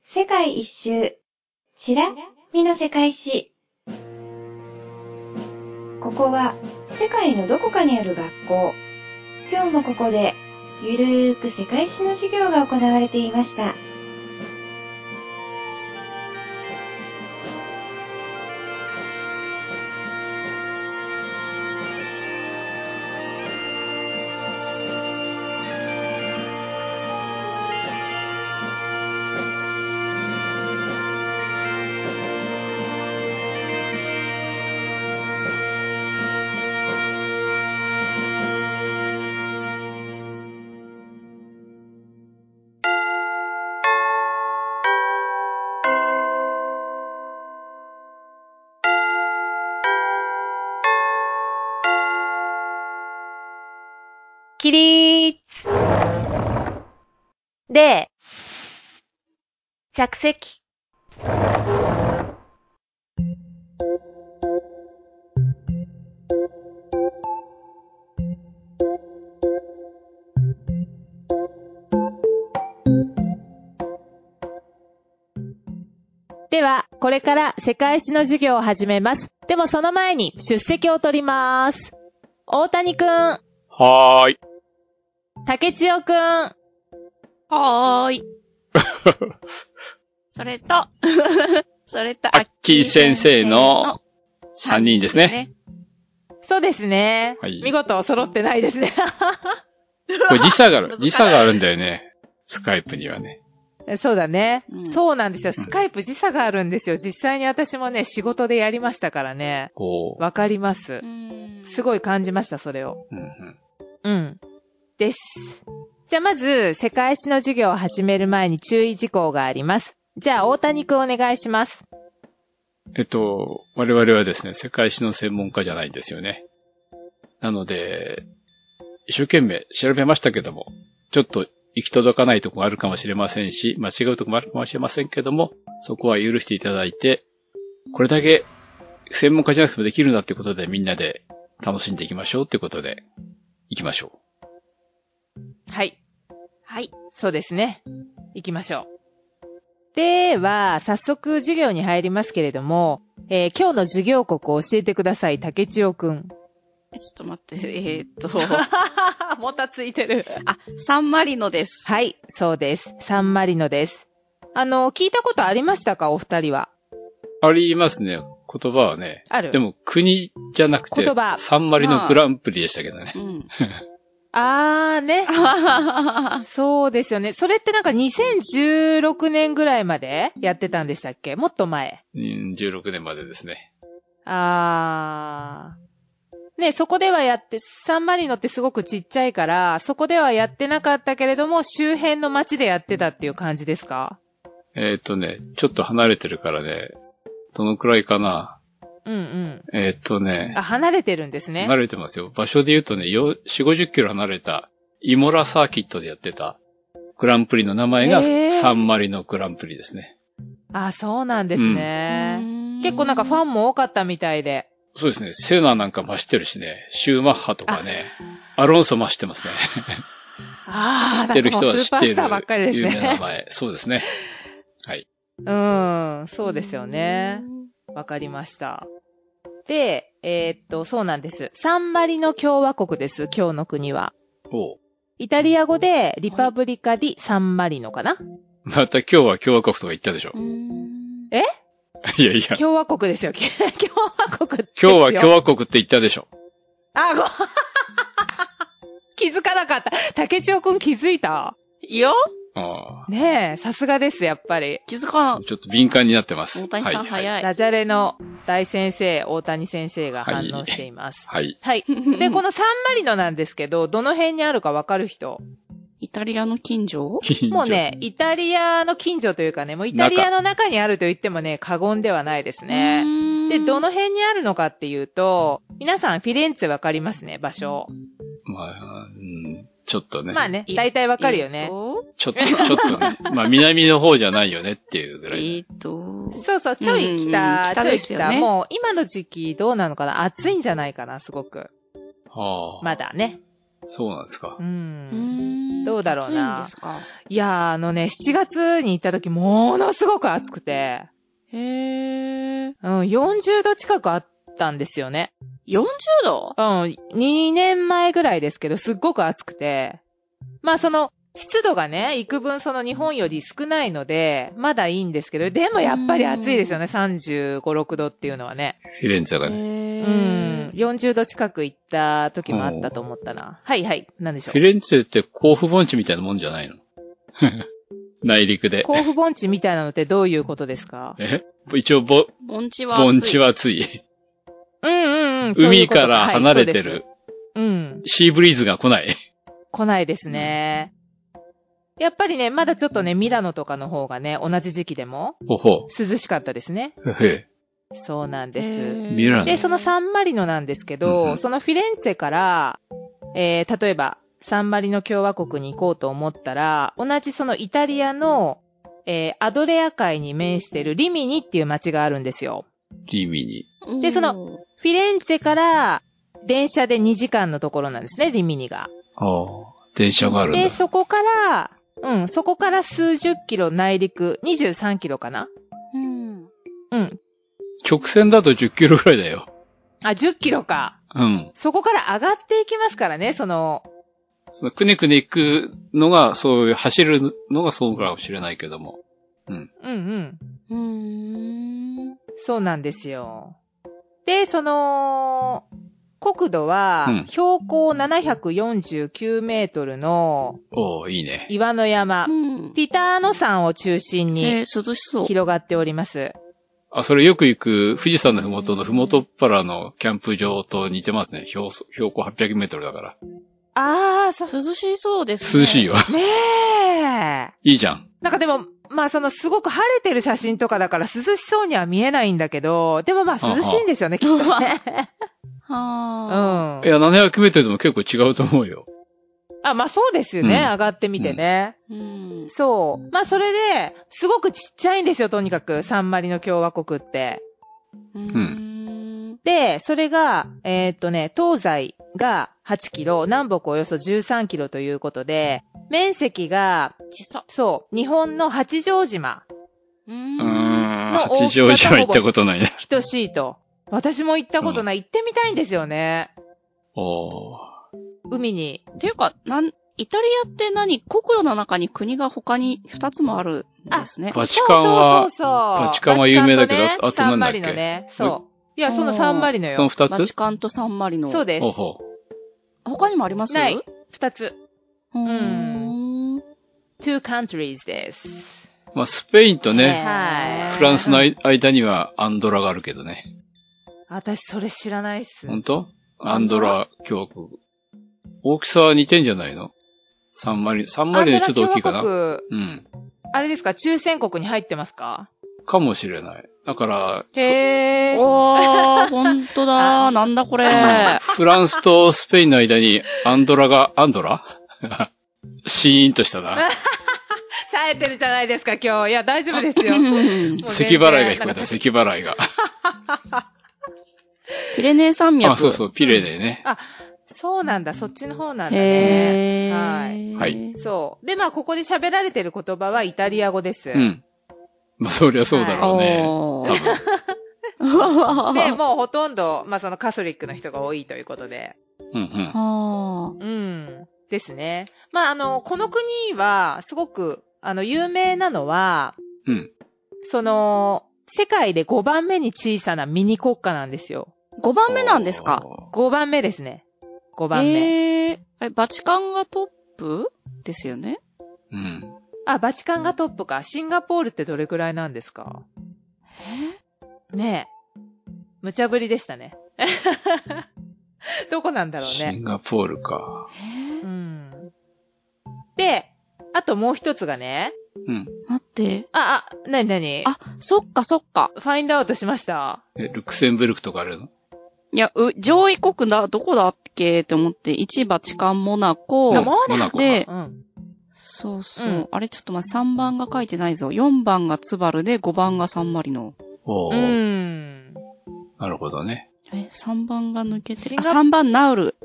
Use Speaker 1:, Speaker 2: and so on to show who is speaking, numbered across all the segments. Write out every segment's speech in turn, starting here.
Speaker 1: 世界一周。しらみの世界史。ここは世界のどこかにある学校。今日もここでゆるーく世界史の授業が行われていました。
Speaker 2: 起立で、着席。では、これから世界史の授業を始めます。でもその前に出席を取ります。大谷くん。
Speaker 3: はーい。
Speaker 2: 竹千代くん。は
Speaker 4: はーい。そ れと、それと、
Speaker 3: アッキー先生の3
Speaker 4: 3
Speaker 3: 人ですね。。
Speaker 2: そうですね。
Speaker 3: はい
Speaker 2: 見事揃ってないですね。
Speaker 3: これ時差がある
Speaker 4: 難、しい
Speaker 3: 時差があるんだよね。スカイプにはね。
Speaker 2: そうだね、
Speaker 4: うん
Speaker 2: そうなんですよ。スカイプ時差があるんですよ。実際に私もね、仕事でやりましたからね。
Speaker 3: おー。
Speaker 2: わかります。す
Speaker 4: い。
Speaker 2: ごい感じました、それを。
Speaker 3: うんうん
Speaker 2: うん。です。じゃあまず、世界史の授業を始める前に注意事項があります。じゃあ、大谷くんお願いします。
Speaker 3: えっと、我々はですね、世界史の専門家じゃないんですよね。なので、一生懸命調べましたけども、ちょっと行き届かないとこがあるかもしれませんし、間違うとこもあるかもしれませんけども、そこは許していただいて、これだけ専門家じゃなくてもできるんだってことでみんなで楽しんでいきましょうってことで、行きましょう。
Speaker 2: はい。
Speaker 4: はい。
Speaker 2: そうですね。行きましょう。では、早速授業に入りますけれども、えー今日の授業国を教えてください、竹千代くん。
Speaker 4: ちょっと待って、 えーっと、
Speaker 2: もたついてる。
Speaker 4: あ、サンマリノです。
Speaker 2: はい、そうです。サンマリノです。あの、聞いたことありましたか、お二人は。
Speaker 3: ありますね。言葉はね。
Speaker 2: ある
Speaker 3: でも国じゃなくて、
Speaker 2: 言葉
Speaker 3: サンマリのグランプリでしたけどね
Speaker 4: う。ん。
Speaker 2: あーね。そうですよね。それってなんか2016年ぐらいまでやってたんでしたっけもっと前。
Speaker 3: うん16年までですね。
Speaker 2: あー。ね、そこではやって、サンマリノってすごくちっちゃいから、そこではやってなかったけれども、周辺の街でやってたっていう感じですか
Speaker 3: えっ、とね、ちょっと離れてるからね、どのくらいかな。
Speaker 2: うんうん。
Speaker 3: えっ、とね
Speaker 2: あ、、離れてるんですね
Speaker 3: 離。れてますよ。場所で言うとね、よ4、50キロ離れた、イモラサーキットでやってた、グランプリの名前が
Speaker 2: へー
Speaker 3: サンマリのグランプリですね。
Speaker 2: あ、そうなんですね。結構なんかファ
Speaker 4: ン。
Speaker 2: ンも多かったみたいで。
Speaker 3: そうですね。セナなんか増してるしね、シューマッハとかね、アロンソ増してますね。
Speaker 2: あ
Speaker 3: 知ってる 人は知っている。
Speaker 2: スーパースターばっかりです
Speaker 3: 有名な名
Speaker 2: ね。
Speaker 3: 前。そうですね。はい。
Speaker 2: うん、そうですよね。わかりました。で、えーっと、そうなんです。サンマリの共和国です、今日の国は。
Speaker 3: おう
Speaker 2: イタリア語で、リパブリカ・ディ・サンマリノかな
Speaker 3: また今日は共和国とか言ったで しょ
Speaker 4: う。ん。
Speaker 3: いやいや、
Speaker 2: 共和国ですよ、共 和国ですよ。
Speaker 3: 今日は共和国って言ったでしょ。
Speaker 2: あ、ご、 気づかなかった。竹千代くん気づいた
Speaker 4: いいよ
Speaker 3: あ
Speaker 2: ねえ、さすがです、やっぱり。
Speaker 4: 気づか
Speaker 3: あ
Speaker 4: ん。
Speaker 3: ちょっと敏感になってます。
Speaker 4: 大谷さん
Speaker 3: はい。
Speaker 4: 早い。
Speaker 2: ダジャレの大先生、大谷先生が反応しています。
Speaker 3: はい。
Speaker 2: はい。 で、このサンマリノなんですけど、どの辺にあるかわかる人
Speaker 4: イタリアの近所
Speaker 3: 近所
Speaker 2: もう、 ね、イタリアの近所というかね、もうイタリアの中にあると言ってもね、過言ではないですね。で、どの辺にあるのかっていうと、皆さんフィレンツェわかりますね、場所。
Speaker 3: まあ、うん、ちょっとね。
Speaker 2: まあね、
Speaker 4: い
Speaker 2: 大体わ
Speaker 4: わ
Speaker 2: かるよね。
Speaker 3: ちょっと、ちょっ とね。まあ、南の方じゃないよねっていうぐ
Speaker 4: え
Speaker 3: らい。
Speaker 4: ーっと、
Speaker 2: そうそう、ちょい
Speaker 4: うん
Speaker 2: 北、
Speaker 4: 北
Speaker 2: ちょ
Speaker 4: で
Speaker 2: い
Speaker 4: すよね
Speaker 2: 北。もう今の時期どうなのかな暑いんじゃないかな、すごく。
Speaker 3: はあ。
Speaker 2: まだね。
Speaker 3: そうなんですか
Speaker 2: う。ん。
Speaker 4: ん
Speaker 2: どうだろうな
Speaker 4: 暑いんですか。
Speaker 2: いやー、あのね、7月に行った時、ものすごく暑くて、
Speaker 4: へー。
Speaker 2: うん、40度近くあったんですよね。
Speaker 4: 40度
Speaker 2: うん、2年前ぐらいですけど、すっごく暑くて、まあその、湿度がね、幾分その日本より少ないので、まだいいんですけど、でもやっぱり暑いですよね、35、6度っていうのはね。
Speaker 3: フィレンツェがね。
Speaker 4: へ
Speaker 2: うん
Speaker 4: ー。。
Speaker 2: 40度近く行った時もあったと思ったな。はいはい。なんでしょ
Speaker 3: フィレンツェって甲府盆地みたいなもんじゃないの 内陸
Speaker 2: う。
Speaker 3: で。
Speaker 2: 甲府盆地みたいなのってどういうことですか
Speaker 3: え一応、ぼ、
Speaker 4: 盆地は暑い。
Speaker 3: 盆地は暑い。
Speaker 2: うんうんうん。そういう
Speaker 3: 海
Speaker 2: こと
Speaker 3: から
Speaker 2: はい
Speaker 3: 離れて
Speaker 2: そうで
Speaker 3: る。
Speaker 2: すうん。
Speaker 3: シーブリーズが来ない。
Speaker 2: 来ないですね。やっぱりね、まだちょっとね、ミラノとかの方がね、同じ時期でも
Speaker 3: ほほ。
Speaker 2: 涼しかったですね。
Speaker 3: へへ。
Speaker 2: そうなん
Speaker 4: へ
Speaker 2: です。
Speaker 4: ー
Speaker 3: ミラノ
Speaker 2: で、そのサンマリノなんですけど、
Speaker 3: うんうん
Speaker 2: そのフィレンツェから、えー、例えば、サンマリノ共和国に行こうと思ったら、同じそのイタリアの、えー、アドレア海に面してるリミニっていう街があるんですよ。
Speaker 3: リミに。
Speaker 2: でその、
Speaker 4: うん
Speaker 2: フィレンツェから、電車で2時間のところなんですね、リミニが。
Speaker 3: ああ、電車があるんだ
Speaker 2: で、。そこから、うん、そこから数十キロ内陸、23キロかな
Speaker 4: うん。
Speaker 2: うん。
Speaker 3: 直線だと10キロぐらいだよ。
Speaker 2: あ、10キロか。
Speaker 3: うん。
Speaker 2: そこから上がっていきますからね、その、
Speaker 3: そのくねくね行くのが、そういう、走るのがそうかもしれないけども。
Speaker 2: うんうん。
Speaker 4: うーん。
Speaker 2: そうなんですよ。で、その、国土は
Speaker 3: うん、
Speaker 2: 標高749メートルの
Speaker 3: おおいいね。
Speaker 2: 岩の山、
Speaker 4: うん。
Speaker 2: ティターノ山を中心
Speaker 4: へー
Speaker 2: に
Speaker 4: 涼しそう。
Speaker 2: 広がっております。
Speaker 3: あ、それよく行く富士山のふもとのふもとっぱらのキャンプ場と似てますね。標標高800メートルだから。
Speaker 2: あー、そ、
Speaker 4: 涼しそうですね。
Speaker 3: 涼しいわ。
Speaker 2: ねえ。
Speaker 3: いいじゃん。
Speaker 2: なんかでも、まあそのすごく晴れてる写真とかだから涼しそうには見えないんだけど、でもまあ涼しいんでしょうね、きっとね。うん。
Speaker 4: はあ。
Speaker 2: あ
Speaker 3: い、や、700メートルでも結構違うと思うよ。
Speaker 2: まあそうですよね、
Speaker 3: うん
Speaker 2: 上がってみてね。
Speaker 4: うん。
Speaker 2: そう。まあ、それで、すごくちっちゃいんですよ、とにかく。サンマリの共和国って。
Speaker 4: うーん。
Speaker 2: で、それが、えーっとね、東西が8キロ、南北およそ13キロということで、面積が、
Speaker 4: ちそう。
Speaker 2: そう、日本の八丈島、
Speaker 3: う
Speaker 4: うー
Speaker 3: ー
Speaker 4: ん。
Speaker 3: ん。
Speaker 2: の
Speaker 3: 八丈島行ったことないね。
Speaker 2: 等しいと。私も行ったことない、行ってみたいんですよね。
Speaker 3: おー
Speaker 2: 海に。
Speaker 4: っていうか、なん、イタリアって何国土の中に国が他に2つもあるんですね。
Speaker 3: バチカン
Speaker 2: そう
Speaker 3: は、
Speaker 2: そうそうそう。
Speaker 3: バチカンは有名だけど
Speaker 2: バチカンとね
Speaker 3: あとなんだっけ
Speaker 2: サンマリのね。そう。いや、そのサンマリの
Speaker 3: その
Speaker 2: よ。
Speaker 3: 二
Speaker 4: バ
Speaker 3: つ
Speaker 4: チカンとサンマリノ。
Speaker 2: そうです
Speaker 3: ほう。ほ
Speaker 4: 他にもあります
Speaker 2: ない。二つ。
Speaker 4: うーん。
Speaker 2: two countries です。
Speaker 3: う。まあ、スペインとね、
Speaker 2: はい
Speaker 4: へー
Speaker 3: フランスの間にはアンドラがあるけどね。
Speaker 2: 私、それ知らないっす。
Speaker 3: ほんとアンドラ共和国。大きさは似てんじゃないのサンマリ、サンマリのちょっと大きいか
Speaker 2: アンドラ
Speaker 3: な
Speaker 2: 共和国
Speaker 3: うん。
Speaker 2: あれですか抽選国に入ってますか
Speaker 3: かもしれない。だから、
Speaker 2: へー。
Speaker 4: おー、ほんとだー。なんだこれ。
Speaker 3: フランスとスペインの間にアンドラが、アンドラ シーンとしたな。
Speaker 2: 冴えてるじゃないですか、今日。いや、大丈夫です よ。もう
Speaker 4: うん
Speaker 2: 全
Speaker 3: 咳
Speaker 2: 然
Speaker 3: 払いが聞こ
Speaker 2: な
Speaker 3: え
Speaker 2: ん
Speaker 3: た、
Speaker 2: か
Speaker 3: 咳払いが。
Speaker 4: ピレネー山脈。
Speaker 3: あ、そうそう、ピレネね。
Speaker 2: そうなんだ、そっちの方なんだね。
Speaker 4: へー。
Speaker 3: はい
Speaker 4: い。
Speaker 2: そう。で、まあ、ここで喋られてる言葉はイタリア語です。
Speaker 3: うん。まあ、そりゃそうだろうね。
Speaker 4: お
Speaker 3: 多
Speaker 4: ー。
Speaker 3: 分。
Speaker 2: で、もうほとんど、まあ、そのカソリックの人が多いということで。
Speaker 3: うんうん。
Speaker 4: は
Speaker 2: うん。ですね。まあ、あの、この国は、すごく、あの、有名なのは、
Speaker 3: うん。
Speaker 2: その、世界で5番目に小さなミニ国家なんですよ。
Speaker 4: ー。5番目なんですか
Speaker 3: おー
Speaker 2: 5番目ですね。5番目。
Speaker 4: えー。えバチカンがトップですよね。
Speaker 3: うん。
Speaker 2: あ、バチカンがトップか。シンガポールってどれくらいなんですかねえ。無茶ぶりでした ね。どこなんだろう
Speaker 3: シ
Speaker 2: ね。
Speaker 3: ンガポールか。
Speaker 2: うん。で、あともう一つがね。
Speaker 3: うん。
Speaker 4: 待って。
Speaker 2: あ、あ、なになに
Speaker 4: あ、そっかそっか。
Speaker 2: ファインドアウトしました。
Speaker 3: え、ルクセンブルクとかあるの
Speaker 4: いや、う、上位国だ、どこだっけって思って、1位バチカン、モナ
Speaker 2: あ
Speaker 4: コ、
Speaker 2: モナコ
Speaker 3: モナコか。
Speaker 4: で、
Speaker 2: うん。
Speaker 4: そうそう、
Speaker 2: うん
Speaker 4: あれちょっと待って、3番が書いてないぞ。4番がツバルで、5番がサンマリノ。
Speaker 3: お
Speaker 2: う
Speaker 3: ー
Speaker 2: ん。
Speaker 3: なるほどね。
Speaker 4: え、3番が抜けて
Speaker 2: シン
Speaker 4: あ、
Speaker 2: ガ
Speaker 4: 3番ナウル。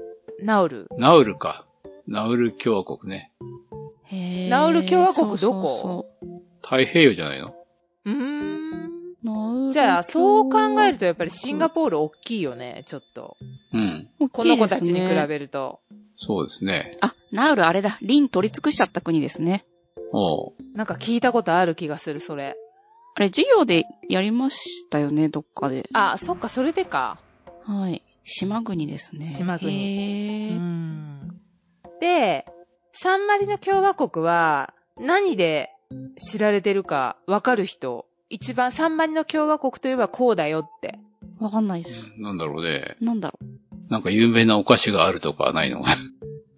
Speaker 2: ナウル。
Speaker 3: ナウルか。ナウル共和国ね。
Speaker 4: へー
Speaker 2: ナウル共和国
Speaker 4: そうそう
Speaker 2: どこ
Speaker 4: そう
Speaker 3: 太平洋じゃないの
Speaker 2: うーん。
Speaker 4: ナウル
Speaker 2: じゃあ、そう考えるとやっぱりシンガ
Speaker 4: ポ
Speaker 2: ポール大きいよね、ちょっと。
Speaker 3: うん。
Speaker 4: ール、
Speaker 2: この子たちに比
Speaker 4: 大きいですね
Speaker 2: べると。
Speaker 3: そうですね。
Speaker 4: あ、ナウルあれだ。リン取り尽くしちゃった国ですね。
Speaker 3: おう
Speaker 2: なんか聞いたことある気がする、それ。
Speaker 4: あれ、授業でやりましたよね、どっかで。
Speaker 2: あ、そっか、それでか。
Speaker 4: はい。島国ですね。
Speaker 2: 島国
Speaker 4: へ
Speaker 2: う
Speaker 4: ー
Speaker 2: ん。で、サンマリノ共和国は何で知られてるかわかる人。一番サンマリノ共和国といえばこうだよ って。
Speaker 4: わかんないです。
Speaker 3: なんだろうね。
Speaker 4: なんだろ
Speaker 3: なんか有名なお菓子があるとか ないの
Speaker 2: や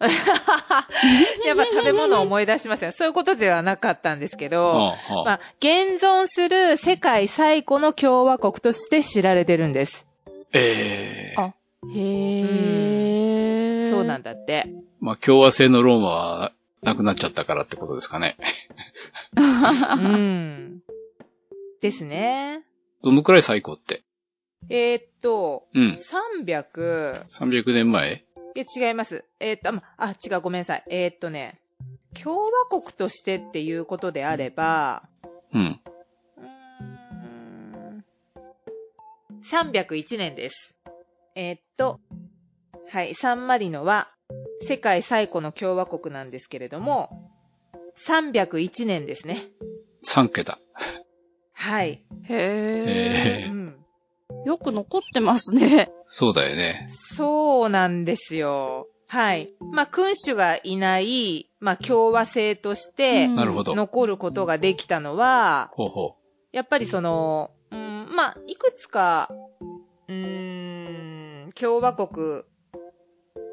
Speaker 2: っぱ食べ物を思い出しますよ。そういうことではなかったんですけど。
Speaker 3: ああ
Speaker 2: まあ、現存する世界最古の共和国として知られてるんです。
Speaker 3: ええ
Speaker 4: あう。へ
Speaker 2: そうなん
Speaker 4: だ。
Speaker 2: だって。
Speaker 3: まあ、共和制のローマはなくなっちゃったからってことですかね。
Speaker 2: うん。ですね。
Speaker 3: どのくらい最高って。
Speaker 2: えーっと、
Speaker 3: うん。
Speaker 2: 300、
Speaker 3: 300年前
Speaker 2: いや違います。えーっと、あまあ、違う、ごめんなさい。えーっとね、共和国としてっていうことであれば、
Speaker 3: うん。
Speaker 2: うーん301年です。えーっと、はい、サンマリノは世界最古の共和国なんですけれども、301年ですね。
Speaker 3: 3桁。
Speaker 2: はい。
Speaker 4: へ
Speaker 3: え
Speaker 2: う
Speaker 3: ー
Speaker 2: ん。
Speaker 4: ーよく残ってますね。
Speaker 3: そうだよね。
Speaker 2: そうなんですよ。はい。まあ、君主がいない、まあ、共和制として
Speaker 4: うん
Speaker 3: なるほど。
Speaker 2: 残ることができたのは、
Speaker 3: ほうほ
Speaker 2: やっぱりその、うん、まあ、いくつか、うーん、共和国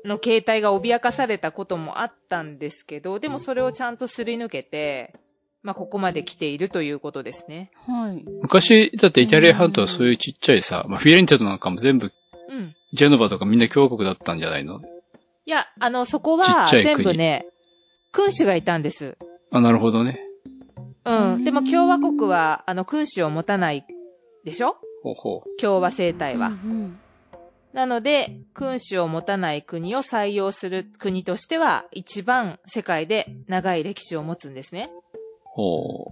Speaker 2: の形態が脅かされたこともあったんですけど、でもそれをちゃんとすり抜けて、まあ、ここまで来ているということですね。
Speaker 4: はい。
Speaker 3: う。昔、だってイタリア半島はそういうちっちゃいさ、まあ、フィレンツェとなんかも全部、
Speaker 2: うん。
Speaker 3: ジェノバとかみんな共和国だったんじゃないの
Speaker 2: いや、あの、そこ
Speaker 3: ちっ
Speaker 2: は
Speaker 3: ちゃい
Speaker 2: 全
Speaker 3: 国
Speaker 2: 部ね、君主がいたんです。
Speaker 3: あ、なるほどね。
Speaker 2: う。
Speaker 4: うんん
Speaker 2: でも共和国は、あの、君主を持たないでしょ
Speaker 3: ほうほ
Speaker 2: 共和政体は。
Speaker 4: うん
Speaker 2: なので、君主を持たない国を採用する国としては、一番世界で長い歴史を持つんですね。
Speaker 3: う。ほ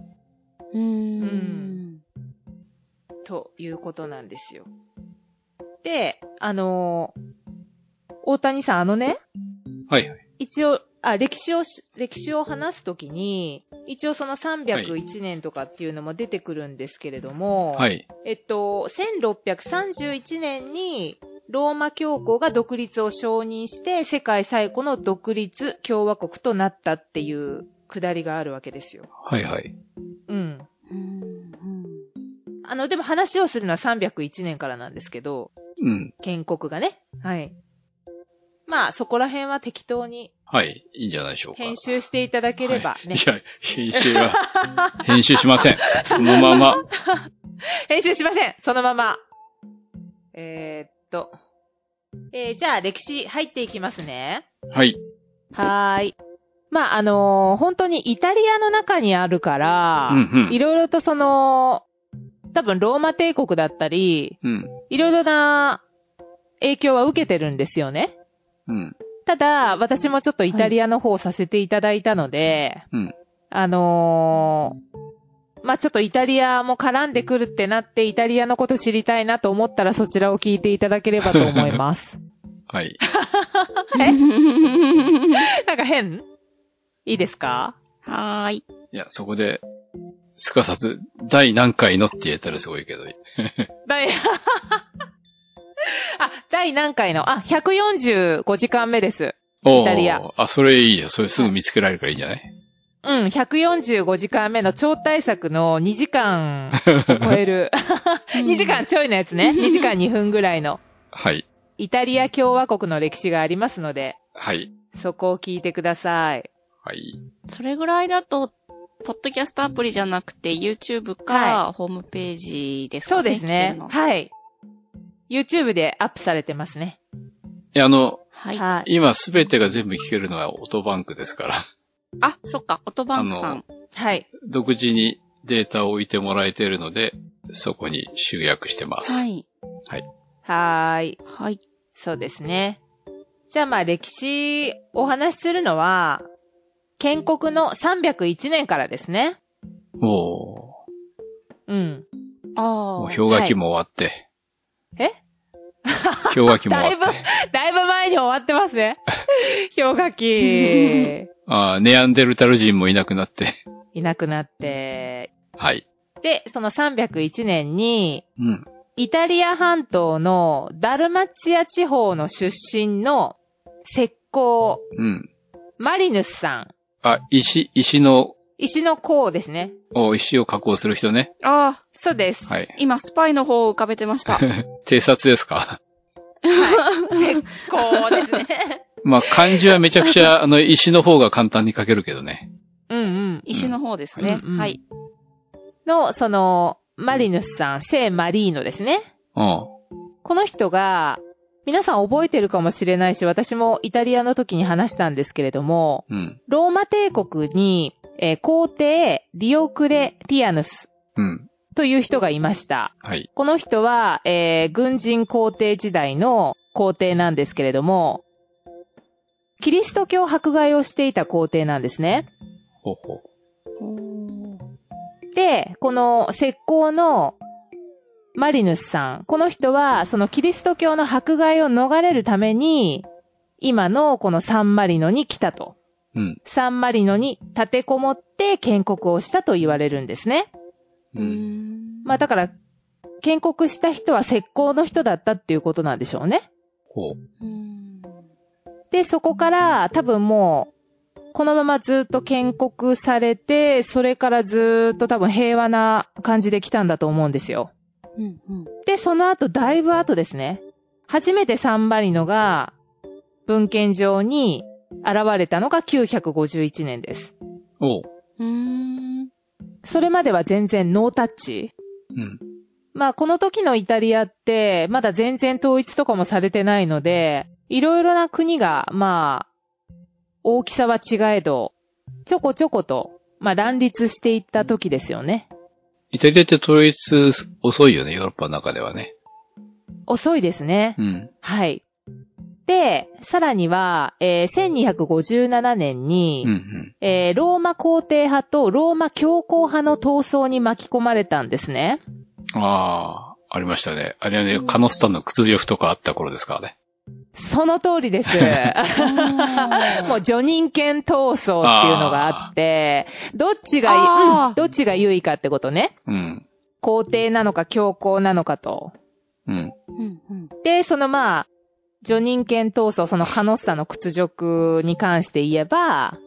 Speaker 3: う。
Speaker 4: うん。うん
Speaker 2: んということなんですよ。で、あのー大谷さん、あのね、
Speaker 3: はいはい。
Speaker 2: 一応、あ、歴史をし、歴史を話すときに、一応その301年とかっていうのも出てくるんですけれども、
Speaker 3: はい。
Speaker 2: えっと、1631年にローマ教皇が独立を承認して世界最古の独立共和国となったっていうくだりがあるわけですよ。
Speaker 3: はいはい。
Speaker 2: うん。
Speaker 4: うん
Speaker 2: あの、でも話をするのは301年からなんですけど、
Speaker 3: うん。
Speaker 2: 建国がね。はい。まあ、そこら辺は適当に
Speaker 3: はい。いいんじゃないでしょうか。
Speaker 2: 編集していただければね
Speaker 3: い。や、編集は、編集しません。そのまま。
Speaker 2: 編集しませんそのまま。えーっと。えーじゃあ歴史入っていきますね。
Speaker 3: はい。
Speaker 2: はーい。まあ、あのー本当にイタリアの中にあるから、
Speaker 3: うんうん
Speaker 2: いろいろとその、多分ローマ帝国だったり、
Speaker 3: うん。
Speaker 2: いろいろな影響は受けてるんですよね。
Speaker 3: うん。
Speaker 2: ただ、私もちょっとイタリアの方をさせていただいたので、
Speaker 3: うん。
Speaker 2: あのーまあ、ちょっとイタリアも絡んでくるってなって、イタリアのこと知りたいなと思ったらそちらを聞いていただければと思い ます。
Speaker 3: はい。
Speaker 4: うん。
Speaker 2: なんか変いいですか
Speaker 4: はーい。
Speaker 3: いや、そこで、すかさず、第何回のって言えたらすごいけど。
Speaker 2: 第、あ、 第何回のあ、145時間目です。
Speaker 3: おー
Speaker 2: イタリア。
Speaker 3: あ、それいいよ。それすぐ見つけられるからいいんじゃない
Speaker 2: うん、145時間目の超大作の2時間を超える、2時間ちょいのやつね。2時間2分ぐらいの
Speaker 3: はい。
Speaker 2: イタリア共和国の歴史がありますので、
Speaker 3: はい。
Speaker 2: そこを聞いてください。
Speaker 3: はい。
Speaker 4: それぐらいだと、ポッドキャストアプリじゃなくて、YouTube か、ホームページです
Speaker 2: そ
Speaker 4: か
Speaker 2: う
Speaker 4: ね。
Speaker 2: ですね。
Speaker 4: 聞けるの
Speaker 2: はい。YouTube でアップされてますね。
Speaker 3: いや、あの、
Speaker 4: はい。
Speaker 2: はい。
Speaker 3: 今すべてが全部聞けるのはオートバンクですから、
Speaker 4: あ、そっか、オトバンクさ
Speaker 3: あ
Speaker 4: ん
Speaker 3: の。
Speaker 2: はい。
Speaker 3: 独自にデータを置いてもらえているので、そこに集約してます。
Speaker 4: はい。
Speaker 2: はーい。
Speaker 4: はい。
Speaker 2: そうですね。じゃあまあ歴史お話しするのは、建国の301年からですね。
Speaker 3: お
Speaker 2: うん。
Speaker 4: あ
Speaker 3: ーもう
Speaker 4: あ。
Speaker 3: 氷河期も終わって。
Speaker 2: え
Speaker 3: 氷河期も
Speaker 2: だい
Speaker 3: 終
Speaker 2: ぶ
Speaker 3: わって。、
Speaker 2: だいぶ前に終わってます ね。氷河期、
Speaker 3: ああ、ネアンデルタル人もいなくなって。
Speaker 2: いなくなって。
Speaker 3: はい。
Speaker 2: で、その301年に、
Speaker 3: うん。
Speaker 2: イタリア半島のダルマチア地方の出身の石膏、
Speaker 3: うん。
Speaker 2: マリヌスさん。
Speaker 3: あ、石、石の、
Speaker 2: 石の甲ですね。
Speaker 3: お石を加工する人ね。
Speaker 4: ああ、。
Speaker 2: そうです。
Speaker 3: はい
Speaker 4: 今スパイの方を浮かべてました。
Speaker 3: 偵察ですか
Speaker 2: 石膏ですね。
Speaker 3: まあ、漢字はめちゃくちゃ、あの、石の方が簡単に書けるけどね。
Speaker 2: うんうん。
Speaker 4: 石の方ですね。
Speaker 2: うんうん
Speaker 4: はい。
Speaker 2: の、その、マリヌスさん、聖マリーノですね。
Speaker 3: うん。
Speaker 2: この人が、皆さん覚えてるかもしれないし、私もイタリアの時に話したんですけれども、
Speaker 3: うん。
Speaker 2: ローマ帝国に、えー皇帝リオクレティアヌス
Speaker 3: うん。
Speaker 2: という人がいました。
Speaker 3: はい。
Speaker 2: この人は、えー軍人皇帝時代の皇帝なんですけれども、キリスト教迫害をしていた皇帝なんですね。
Speaker 3: ほうほ
Speaker 2: で、この石膏のマリヌスさん、この人はそのキリスト教の迫害を逃れるために、今のこのサンマリノに来たと。
Speaker 3: う。うん。
Speaker 2: サンマリノに立てこもって建国をしたと言われるんですね。
Speaker 4: う
Speaker 3: うん。
Speaker 4: ん
Speaker 2: まあだから、建国した人は石膏の人だったっていうことなんでしょうね。
Speaker 3: ほう。
Speaker 4: うん
Speaker 2: で、そこから多分もう、このままずっと建国されて、それからずっと多分平和な感じで来たんだと思うんですよ。
Speaker 4: うんうん
Speaker 2: で、その後、だいぶ後ですね。初めてサンバリノが文献上に現れたのが951年です。
Speaker 3: おう。
Speaker 4: うん
Speaker 2: それまでは全然ノータッチ。
Speaker 3: うん。
Speaker 2: まあ、この時のイタリアって、まだ全然統一とかもされてないので、いろいろな国が、まあ、大きさは違えど、ちょこちょこと、まあ、乱立していった時ですよね。
Speaker 3: イタリアって統一遅いよね、ヨーロッパの中ではね。
Speaker 2: 遅いですね。
Speaker 3: うん。
Speaker 2: はい。で、さらには、えー1257年に、
Speaker 3: うん、うん。
Speaker 2: えーローマ皇帝派とローマ教皇派の闘争に巻き込まれたんですね。
Speaker 3: ああ、ありましたね。あれはね、
Speaker 4: うん
Speaker 3: カノスさんの屈辱とかあった頃ですからね。
Speaker 2: その通り です。もう助任権闘争っていうのがあって、どっちが、
Speaker 4: あー
Speaker 2: うんどっちが優位かってことね。
Speaker 3: うん。
Speaker 2: 皇帝なのか教皇なのかと。
Speaker 3: うん。
Speaker 4: うんうん
Speaker 2: で、そのまあ、助任権闘争、そのカノッサの屈辱に関して言えば、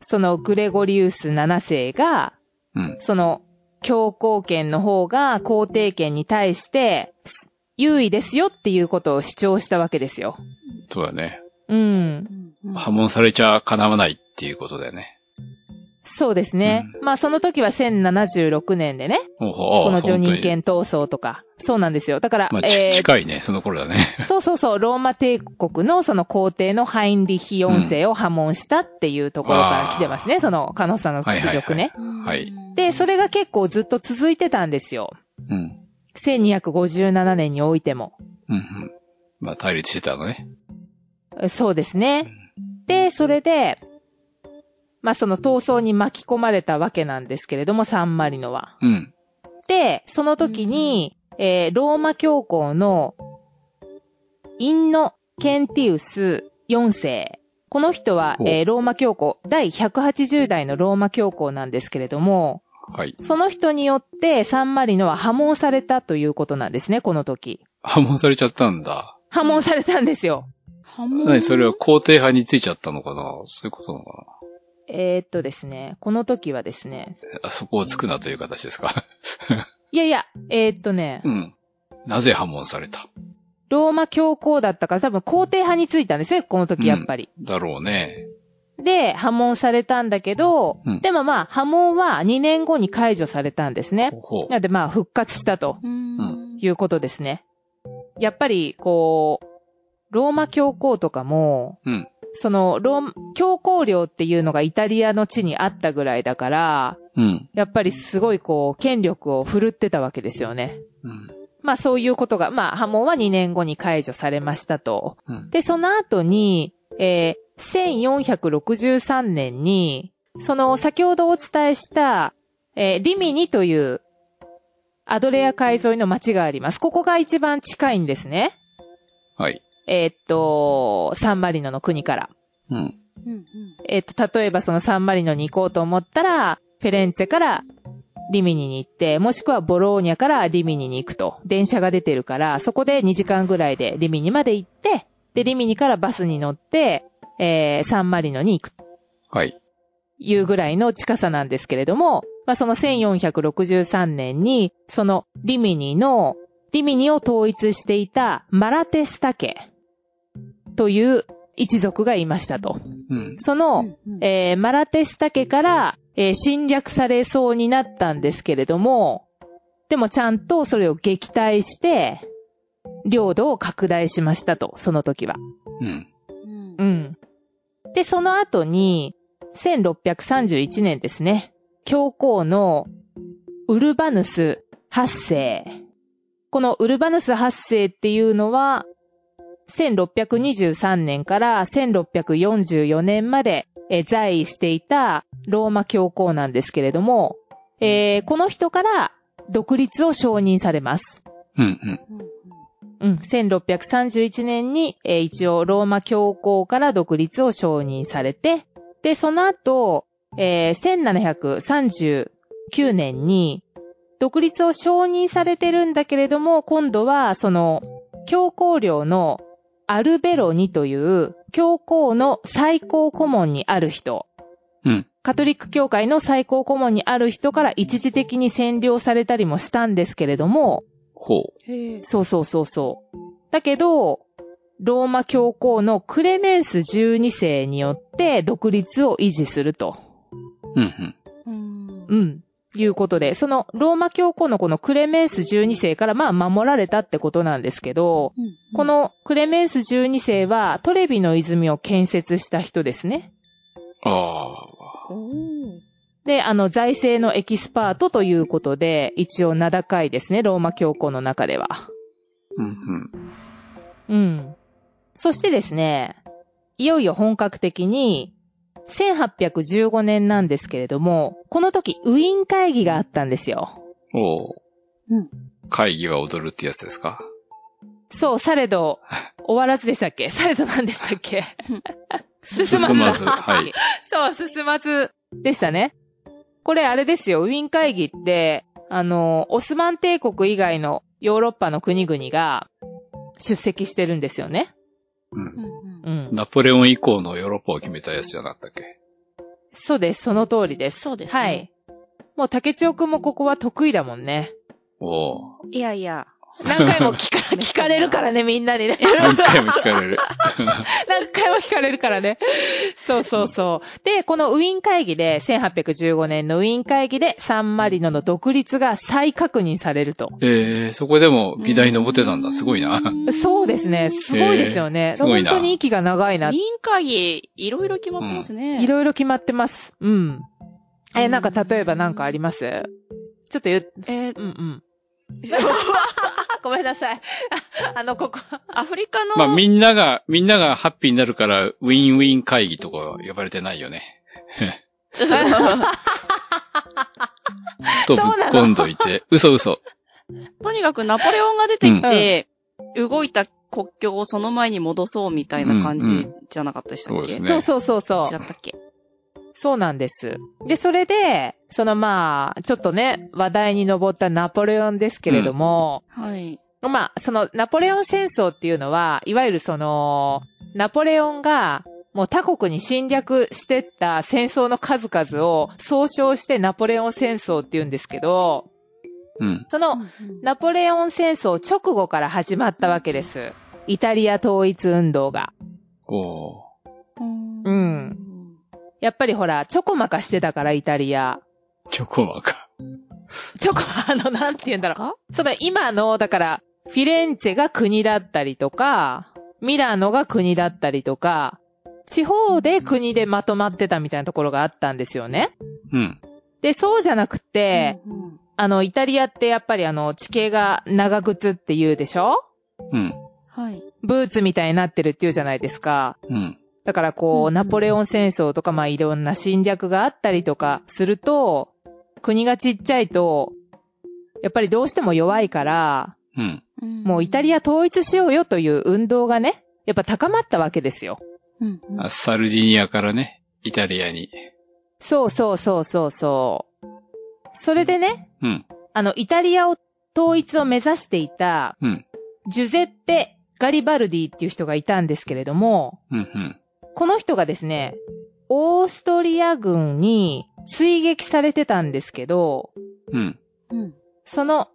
Speaker 2: そのグレゴリウス7世が、
Speaker 3: うん。
Speaker 2: その、教皇権の方が皇帝権に対して、優位ですよっていうことを主張したわけですよ。
Speaker 3: そうだね。
Speaker 2: うん。
Speaker 4: うんうん
Speaker 3: 破門されちゃかなわないっていうことだよね。
Speaker 2: そうですね。まあその時は1076年でね、
Speaker 3: おうほう
Speaker 2: この
Speaker 3: ああ
Speaker 2: 助任
Speaker 3: 本当に
Speaker 2: 権闘争とか。そうなんですよ。だから、
Speaker 3: まあ、ち
Speaker 2: えー
Speaker 3: 近いね、その頃だね。
Speaker 2: そうそうそう、ローマ帝国のその皇帝のハインリヒ4世を破門したっていうところから来てますね、そのカノさんの屈辱ね。
Speaker 3: はい
Speaker 2: で、それが結構ずっと続いてたんですよ。
Speaker 3: うん。
Speaker 2: 1257年においても。
Speaker 3: うん、うん。まあ、対立してたのね。
Speaker 2: そうですね。で、それで、まあその闘争に巻き込まれたわけなんですけれども、サンマリノは。
Speaker 3: うん。
Speaker 2: で、その時に、えーローマ教皇のインノ・ケンティウス4世。この人は、
Speaker 3: お
Speaker 2: えーローマ教皇、第180代のローマ教皇なんですけれども、
Speaker 3: はい。
Speaker 2: その人によってサンマリノは破門されたということなんですね、この時。
Speaker 3: 破門されちゃったんだ。
Speaker 2: 破門されたんですよ。
Speaker 4: 破門
Speaker 3: 何それは皇帝派についちゃったのかなそういうことなのか
Speaker 2: えーっとですね、この時はですね、
Speaker 3: なあそこをつくなという形ですか。
Speaker 2: いやいや、えーっとね、
Speaker 3: うん。なぜ破門された
Speaker 2: ローマ教皇だったから多分皇帝派についたんですね、この時やっぱり。
Speaker 3: だろうね。
Speaker 2: で、破門されたんだけど、
Speaker 3: うん
Speaker 2: でもまあ、破門は2年後に解除されたんですね
Speaker 3: ほ。うほう
Speaker 2: なのでまあ、復活したと
Speaker 4: うん
Speaker 2: いうことですね。やっぱり、こう、ローマ教皇とかも、
Speaker 3: うん
Speaker 2: その、ローマ、教皇領っていうのがイタリアの地にあったぐらいだから、
Speaker 3: うん。
Speaker 2: やっぱりすごいこう、権力を振るってたわけですよね。
Speaker 3: うん。
Speaker 2: まあそういうことが、まあ波紋は2年後に解除されましたと。
Speaker 3: うん。
Speaker 2: で、その後に、えー1463年に、その先ほどお伝えした、えーリミニというアドレア海沿いの町があります。ここが一番近いんですね。
Speaker 3: はい。
Speaker 2: えーっと、サンマリノの国から。
Speaker 3: うん。
Speaker 4: うんうん。
Speaker 2: えっ、と、例えばそのサンマリノに行こうと思ったら、フェレンツェからリミニに行って、もしくはボローニャからリミニに行くと。電車が出てるから、そこで2時間ぐらいでリミニまで行って、で、リミニからバスに乗って、えー、サンマリノに行くと
Speaker 3: はい。
Speaker 2: いうぐらいの近さなんですけれども、まあ、その1463年に、そのリミニの、リミニを統一していたマラテスタ家という一族がいましたと。
Speaker 3: うん。
Speaker 2: その、えーマラテスタ家から、えー侵略されそうになったんですけれども、でもちゃんとそれを撃退して、領土を拡大しましたと、その時は。
Speaker 3: うん。
Speaker 4: うん
Speaker 2: うん。で、その後に、1631年ですね、教皇のウルバヌス8世。このウルバヌス8世っていうのは、1623年から1644年までえー在位していたローマ教皇なんですけれども、えーこの人から独立を承認されます。
Speaker 3: うん。うん。
Speaker 4: うんうん
Speaker 2: うん、1631年に、えー一応ローマ教皇から独立を承認されて、で、その後、えー1739年に独立を承認されてるんだけれども、今度はその教皇領のアルベロニという教皇の最高顧問にある人、
Speaker 3: うん。
Speaker 2: カトリック教会の最高顧問にある人から一時的に占領されたりもしたんですけれども、
Speaker 3: ほ
Speaker 4: へえ。
Speaker 2: そうそうそうそう。だけど、ローマ教皇のクレメンス12世によって独立を維持すると。
Speaker 3: う。うん。うん。
Speaker 4: うん
Speaker 2: うん。いうことで、そのローマ教皇のこのクレメンス12世からまあ守られたってことなんですけど、こ、のクレメンス12世はトレビの泉を建設した人ですね。
Speaker 3: ああ。
Speaker 4: うん
Speaker 2: で、あの財政のエキスパートということで、一応名高いですね、ローマ教皇の中では。
Speaker 3: うん。
Speaker 2: うん。そしてですね、いよいよ本格的に、1815年なんですけれども、この時、ウィーン会議があったんですよ。
Speaker 3: うん。おー
Speaker 4: うん
Speaker 3: 会議は踊るってやつですか
Speaker 2: そう、されど、終わらずでしたっけされど何でしたっけ進
Speaker 3: 進まず。はい。
Speaker 2: そう、進まずでしたね。これあれですよ、ウィーン会議って、あの、オスマン帝国以外のヨーロッパの国々が出席してるんですよね。
Speaker 3: うん。
Speaker 4: うんう
Speaker 2: うんん。
Speaker 3: ナポレオン以降のヨーロッパを決めたやつじゃなかったっけ
Speaker 2: そうです、その通りです。
Speaker 4: そうですね
Speaker 2: はい。もう竹千代くんもここは得意だもんね。
Speaker 3: おー
Speaker 4: いやいや。
Speaker 2: 何回も聞か 聞かれるからね、みんなにね。
Speaker 3: 何回も聞か れる。
Speaker 2: 何回も聞かれるからね。そうそうそう。で、このウィーン会議で、1815年のウィーン会議でサンマリノの独立が再確認されると。
Speaker 3: えー、そこでも議題登ってたんだ。すごいな。
Speaker 2: そうですね。すごいですよね。
Speaker 3: すごい
Speaker 2: 本
Speaker 3: な
Speaker 2: 当に息が長いな。
Speaker 4: 委
Speaker 2: い
Speaker 4: 員会議、いろいろ決まってますね。
Speaker 2: ろいろ決まってます。うん。え、なんか例えばなんかありますちょっと言う、
Speaker 4: えー
Speaker 2: うんうん。 ごめんなさい。あの、ここ。
Speaker 4: アフリカの、
Speaker 3: ま あみんなが、みんながハッピーになるから、ウィンウィン会議とか呼ばれてないよね。
Speaker 4: そうそうそう
Speaker 3: とぶっ込んどいて。嘘嘘。
Speaker 4: とにかくナポレオンが出てきて、動いた国境をその前に戻そうみたいな感じじゃなかったでしたっけ、
Speaker 3: うんうんそうですね
Speaker 2: そうそうそうそう
Speaker 4: 違。ったっけ
Speaker 2: そうなんです。で、それで、そのまあ、ちょっとね、話題に上ったナポレオンですけれども、
Speaker 4: はい。
Speaker 2: まあ、そのナポレオン戦争っていうのは、いわゆるその、ナポレオンが、もう他国に侵略してった戦争の数々を総称してナポレオン戦争って言うんですけど、
Speaker 3: うん。
Speaker 2: そのナポレオン戦争直後から始まったわけです。イタリア統一運動が。
Speaker 3: おー
Speaker 4: うん
Speaker 2: んやっぱりほら、ちょこまかしてたから、イタリア。
Speaker 3: チョコマか。
Speaker 2: チョコ、あの、なんて言うんだろう。その今の、だから、フィレンツェが国だったりとか、ミラノが国だったりとか、地方で国でまとまってたみたいなところがあったんですよね。
Speaker 3: うん。
Speaker 2: で、そうじゃなくて、
Speaker 4: うん
Speaker 2: あの、イタリアってやっぱりあの、地形が長靴って言うでしょ
Speaker 3: うん。
Speaker 4: はい。
Speaker 2: ブーツみたいになってるって言うじゃないですか。
Speaker 3: うん。
Speaker 2: だからこう、
Speaker 4: うん
Speaker 2: ナポレオン戦争とか、まあいろんな侵略があったりとかすると、国がちっちゃいと、やっぱりどうしても弱いから、
Speaker 3: うん。
Speaker 2: もうイタリア統一しようよという運動がね、やっぱ高まったわけですよ。
Speaker 4: うんうん
Speaker 3: あサルジニアからね、イタリアに。
Speaker 2: そうそうそうそうそう。それでね、
Speaker 3: うん。
Speaker 2: あの、イタリアを統一を目指していた、
Speaker 3: うん。
Speaker 2: ジュゼッペ・ガリバルディっていう人がいたんですけれども、
Speaker 3: うん。うん。
Speaker 2: この人がですね、オーストリア軍に追撃されてたんですけど、
Speaker 3: うん。
Speaker 4: うん
Speaker 2: その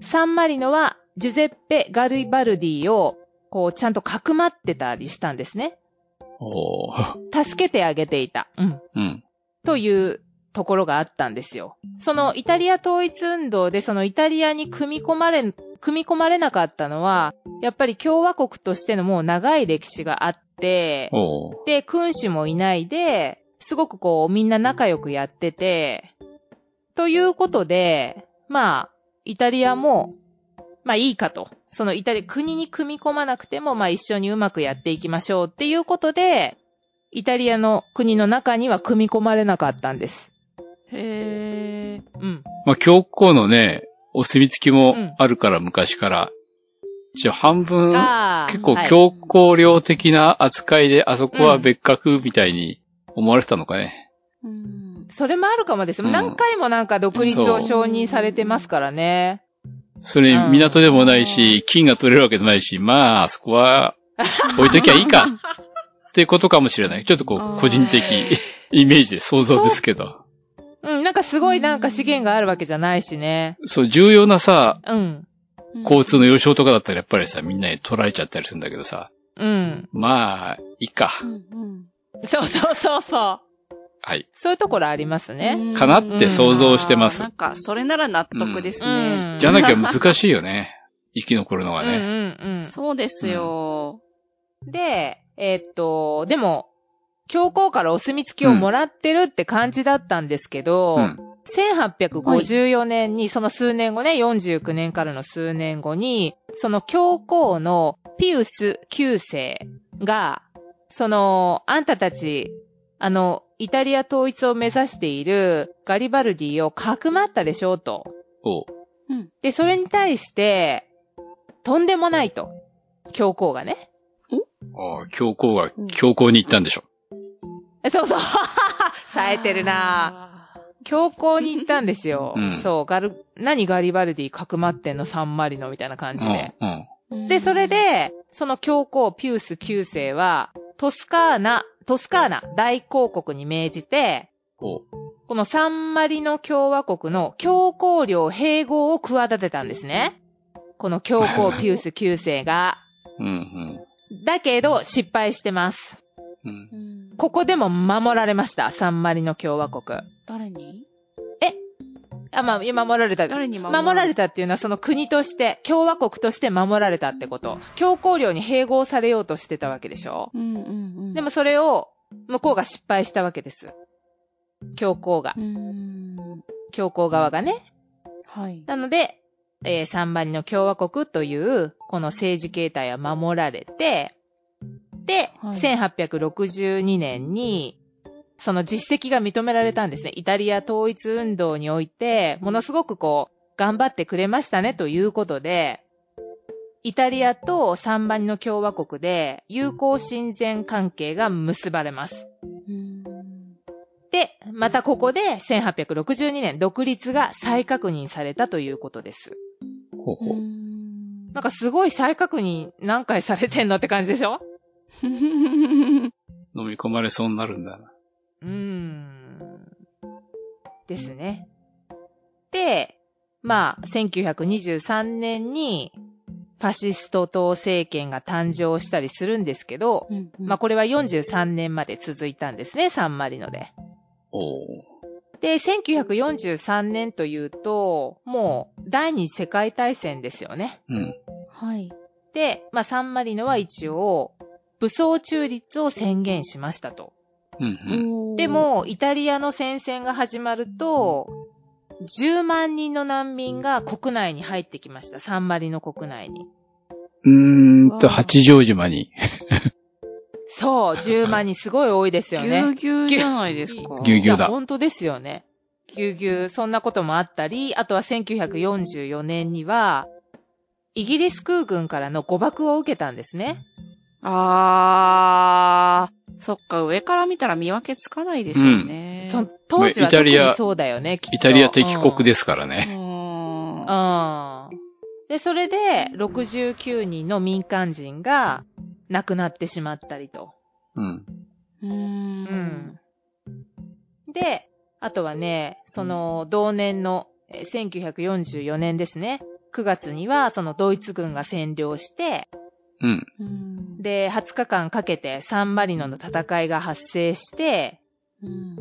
Speaker 2: サンマリノはジュゼッペ・ガリバルディをこうちゃんとかくまってたりしたんですね。
Speaker 3: おー。
Speaker 2: 助けてあげていた。うん。
Speaker 3: うん。
Speaker 2: というところがあったんですよ。そのイタリア統一運動でそのイタリアに組み込まれ、組み込まれなかったのは、やっぱり共和国としてのもう長い歴史があって、
Speaker 3: おー。
Speaker 2: で、君主もいないで、すごくこう、みんな仲良くやってて、ということで、まあ、イタリアも、まあいいかと。そのイタリア、国に組み込まなくても、まあ一緒にうまくやっていきましょうっていうことで、イタリアの国の中には組み込まれなかったんです。
Speaker 4: へー
Speaker 2: うん。
Speaker 3: まあ、教皇のね、お墨付きもあるから、昔から。じゃあ半分、
Speaker 2: ああ。
Speaker 3: 結構
Speaker 2: はい
Speaker 3: 強硬量的な扱いで、あそこは別格みたいに思われてたのかね。
Speaker 4: うん
Speaker 2: それもあるかもです。
Speaker 3: うん
Speaker 2: 何回もなんか独立を承認されてますからね。
Speaker 3: それに港でもないし、金が取れるわけでもないし、まあ、あそ こは置いときゃいいか。っていうことかもしれない。ちょっとこ
Speaker 4: あー
Speaker 3: う、個人的イメージで想像ですけど。
Speaker 2: うん、なんかすごいなんか資源があるわけじゃないしね。
Speaker 3: そう、重要なさ、
Speaker 2: うん。
Speaker 3: 交通の要衝とかだったらやっぱりさ、みんなに捉えちゃったりするんだけどさ。
Speaker 2: うん。
Speaker 3: まあ、いいか。
Speaker 4: うんうん
Speaker 2: そうそうそうそう。
Speaker 3: はい。
Speaker 2: そういうところありますね。
Speaker 3: かなって想像してます
Speaker 4: あーなんか、それなら納得ですね。
Speaker 2: うん
Speaker 3: じゃなきゃ難しいよね。 生き残るのは
Speaker 2: うん
Speaker 3: ね。
Speaker 2: うん
Speaker 4: そうですよ。
Speaker 2: うん。で、えーっと、でも、教皇からお墨付きをもらってるって感じだったんですけど、
Speaker 3: うん。
Speaker 2: 1854年に、その数年後ね、49年からの数年後に、その教皇のピウス9世が、その、あんたたち、あの、イタリア統一を目指しているガリバルディをかくまったでしょうと。
Speaker 3: おう
Speaker 2: で、それに対して、とんでもないと。教皇がね。
Speaker 3: ああ、教皇が教皇に行ったんでしょ。
Speaker 2: えそう そう。冴えてるなぁ教皇に行ったんですよ。
Speaker 3: うん
Speaker 2: そう、ガル、何ガリバルディかくまってんのサンマリノみたいな感じで。
Speaker 3: うん。うん。
Speaker 4: うん
Speaker 2: で、それ、で、その教皇ピウス9世は、トスカーナ、トスカーナ大公国に命じて、
Speaker 3: おう
Speaker 2: このサンマリノ共和国の教皇領併合を企てたんですね。この教皇ピウス9世が。
Speaker 3: うん、
Speaker 2: だけど、失敗してます。
Speaker 3: うん。うん。
Speaker 4: うん
Speaker 2: ここでも守られました。サンマリノ共和国。
Speaker 4: 誰に
Speaker 2: あ、まあ、守られた。
Speaker 4: 誰に
Speaker 2: 守られた
Speaker 4: た
Speaker 2: っていうのはその国として、共和国として守られたってこと。教皇領に併合されようとしてたわけでしょ
Speaker 4: うんうんうん。
Speaker 2: でも、それを向こうが失敗したわけです。教皇が
Speaker 4: う。ん。
Speaker 2: 教皇側がね。
Speaker 4: はい。
Speaker 2: なので、えー、サンバリの共和国という、この政治形態は守られて、で、
Speaker 4: はい
Speaker 2: 1862年に、その実績が認められたんですね。イタリア統一運動において、ものすごくこう、頑張ってくれましたねということで、イタリアとサンバリの共和国で友好親善関係が結ばれます。
Speaker 4: うん
Speaker 2: で、またここで1862年独立が再確認されたということです。
Speaker 3: ほうほう。
Speaker 4: うん
Speaker 2: なんかすごい再確認何回されてんのって感じでしょ
Speaker 3: 飲み込まれそうになるんだな。
Speaker 2: うーん。ですね。で、まあ、1923年にファシスト党政権が誕生したりするんですけど、まあこれは43年まで続いたんですね、サンマリノで。
Speaker 3: おう
Speaker 2: で、1943年というと、もう第二次世界大戦ですよね。
Speaker 3: うん。
Speaker 4: はい。
Speaker 2: で、まあ、サンマリノは一応、武装中立を宣言しましたと。
Speaker 3: うん、うん。
Speaker 2: でも、イタリアの戦線が始まると、 10万人の難民が国内に入ってきました。サンマリの国内に。
Speaker 3: うーんと、八丈島に。
Speaker 2: そう、10万人すごい多いですよ
Speaker 4: ぎゅう
Speaker 2: ね。
Speaker 4: ぎゅうじゃないですか。
Speaker 3: ぎゅうぎゅうだ
Speaker 2: いや本当ですよね。ぎゅうぎゅう、そんなこともあったり、あとは1944年には、イギリス空軍からの誤爆を受けたんですね。
Speaker 4: あー、そっか、上から見たら見分けつかないでしょうね。
Speaker 2: そ当時は
Speaker 3: イタ
Speaker 2: 特
Speaker 3: リア
Speaker 2: にそうだよね、きっと
Speaker 3: イタリア敵国
Speaker 2: うん
Speaker 3: ですからね。
Speaker 4: うーん
Speaker 2: うん。で、それで69人の民間人が亡くなってしまったりと。
Speaker 3: うん。
Speaker 4: うーん。
Speaker 2: で、あとはね、その同年のえー1944年ですね。9月にはそのドイツ軍が占領して、
Speaker 3: うん。
Speaker 4: うん。
Speaker 2: で、20日間かけてサンマリノの戦いが発生して、
Speaker 4: うん、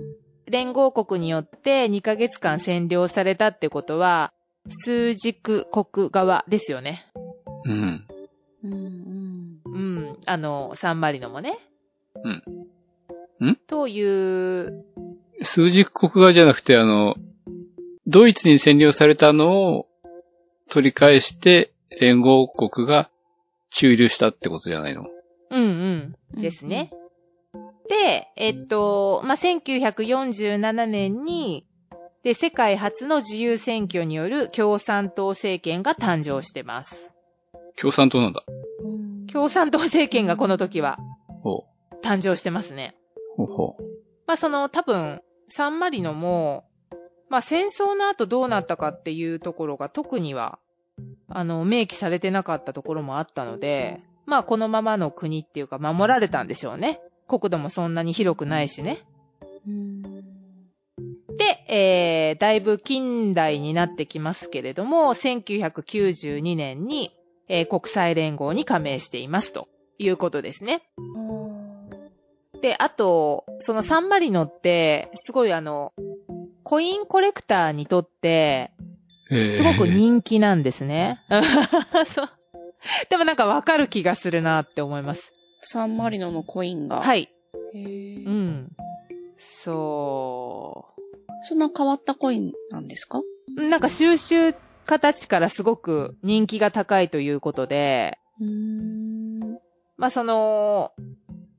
Speaker 2: 連合国によって2ヶ月間占領されたってことは、数軸国側ですよね。
Speaker 3: うん。
Speaker 4: うんうん。
Speaker 2: うん。あの、サンマリノもね。
Speaker 3: うんん
Speaker 2: という、
Speaker 3: 数軸国側じゃなくて、あの、ドイツに占領されたのを取り返して、連合国が駐留したってことじゃないの。
Speaker 2: うんうん。ですね。で、えっと、まあ、1947年に、で、世界初の自由選挙による共産党政権が誕生してます。
Speaker 3: 共産党なんだ。
Speaker 4: うん。
Speaker 2: 共産党政権がこの時は
Speaker 3: ほ
Speaker 2: 誕生してますね。
Speaker 3: う。ほうほ
Speaker 2: まあ、その多分、サンマリノも、まあ、戦争の後どうなったかっていうところが特には、あの、明記されてなかったところもあったので、まあ、このままの国っていうか、守られたんでしょうね。国土もそんなに広くないしね。
Speaker 4: うん
Speaker 2: で、えー、だいぶ近代になってきますけれども、1992年に、えー国際連合に加盟していますということですね。で、あと、そのサンマリノって、すごいあの、コインコレクターにとって、
Speaker 3: う。えー
Speaker 2: すごく人気なんですね。 そう。でもなんかわかる気がするなって思います。
Speaker 4: サンマリノのコインが。。
Speaker 2: はいい。うん。そう。
Speaker 4: そんな変わったコインなんですか
Speaker 2: なんか収集形からすごく人気が高いということで、
Speaker 4: うーん。
Speaker 2: まあその、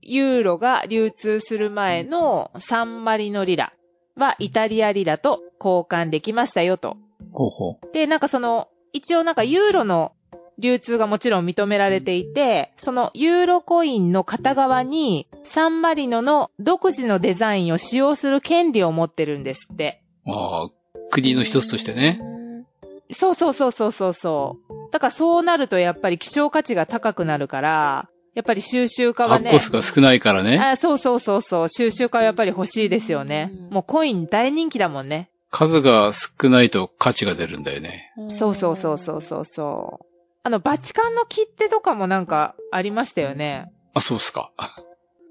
Speaker 2: ユーロが流通する前のサンマリノリラはイタリアリラと交換できましたよと。
Speaker 3: ほうほう。
Speaker 2: で、なんかその、一応なんかユーロの流通がもちろん認められていて、そのユーロコインの片側にサンマリノの独自のデザインを使用する権利を持ってるんですって。
Speaker 3: ああ、国の一つとしてね。
Speaker 2: そうそうそうそうそうそう。だからそうなるとやっぱり希少価値が高くなるから、やっぱり収集家は
Speaker 3: 発
Speaker 2: ね。
Speaker 3: 行数が少ないからね。
Speaker 2: あそうそうそうそう。収集家はやっぱり欲しいですよね
Speaker 4: うん。
Speaker 2: もうコイン大人気だもんね。
Speaker 3: 数が少ないと価値が出るんだよね。
Speaker 2: そうそうそうそうそうそう。あの、バチカンの切手とかもなんかありましたよね。
Speaker 3: あ、そうっすか。あ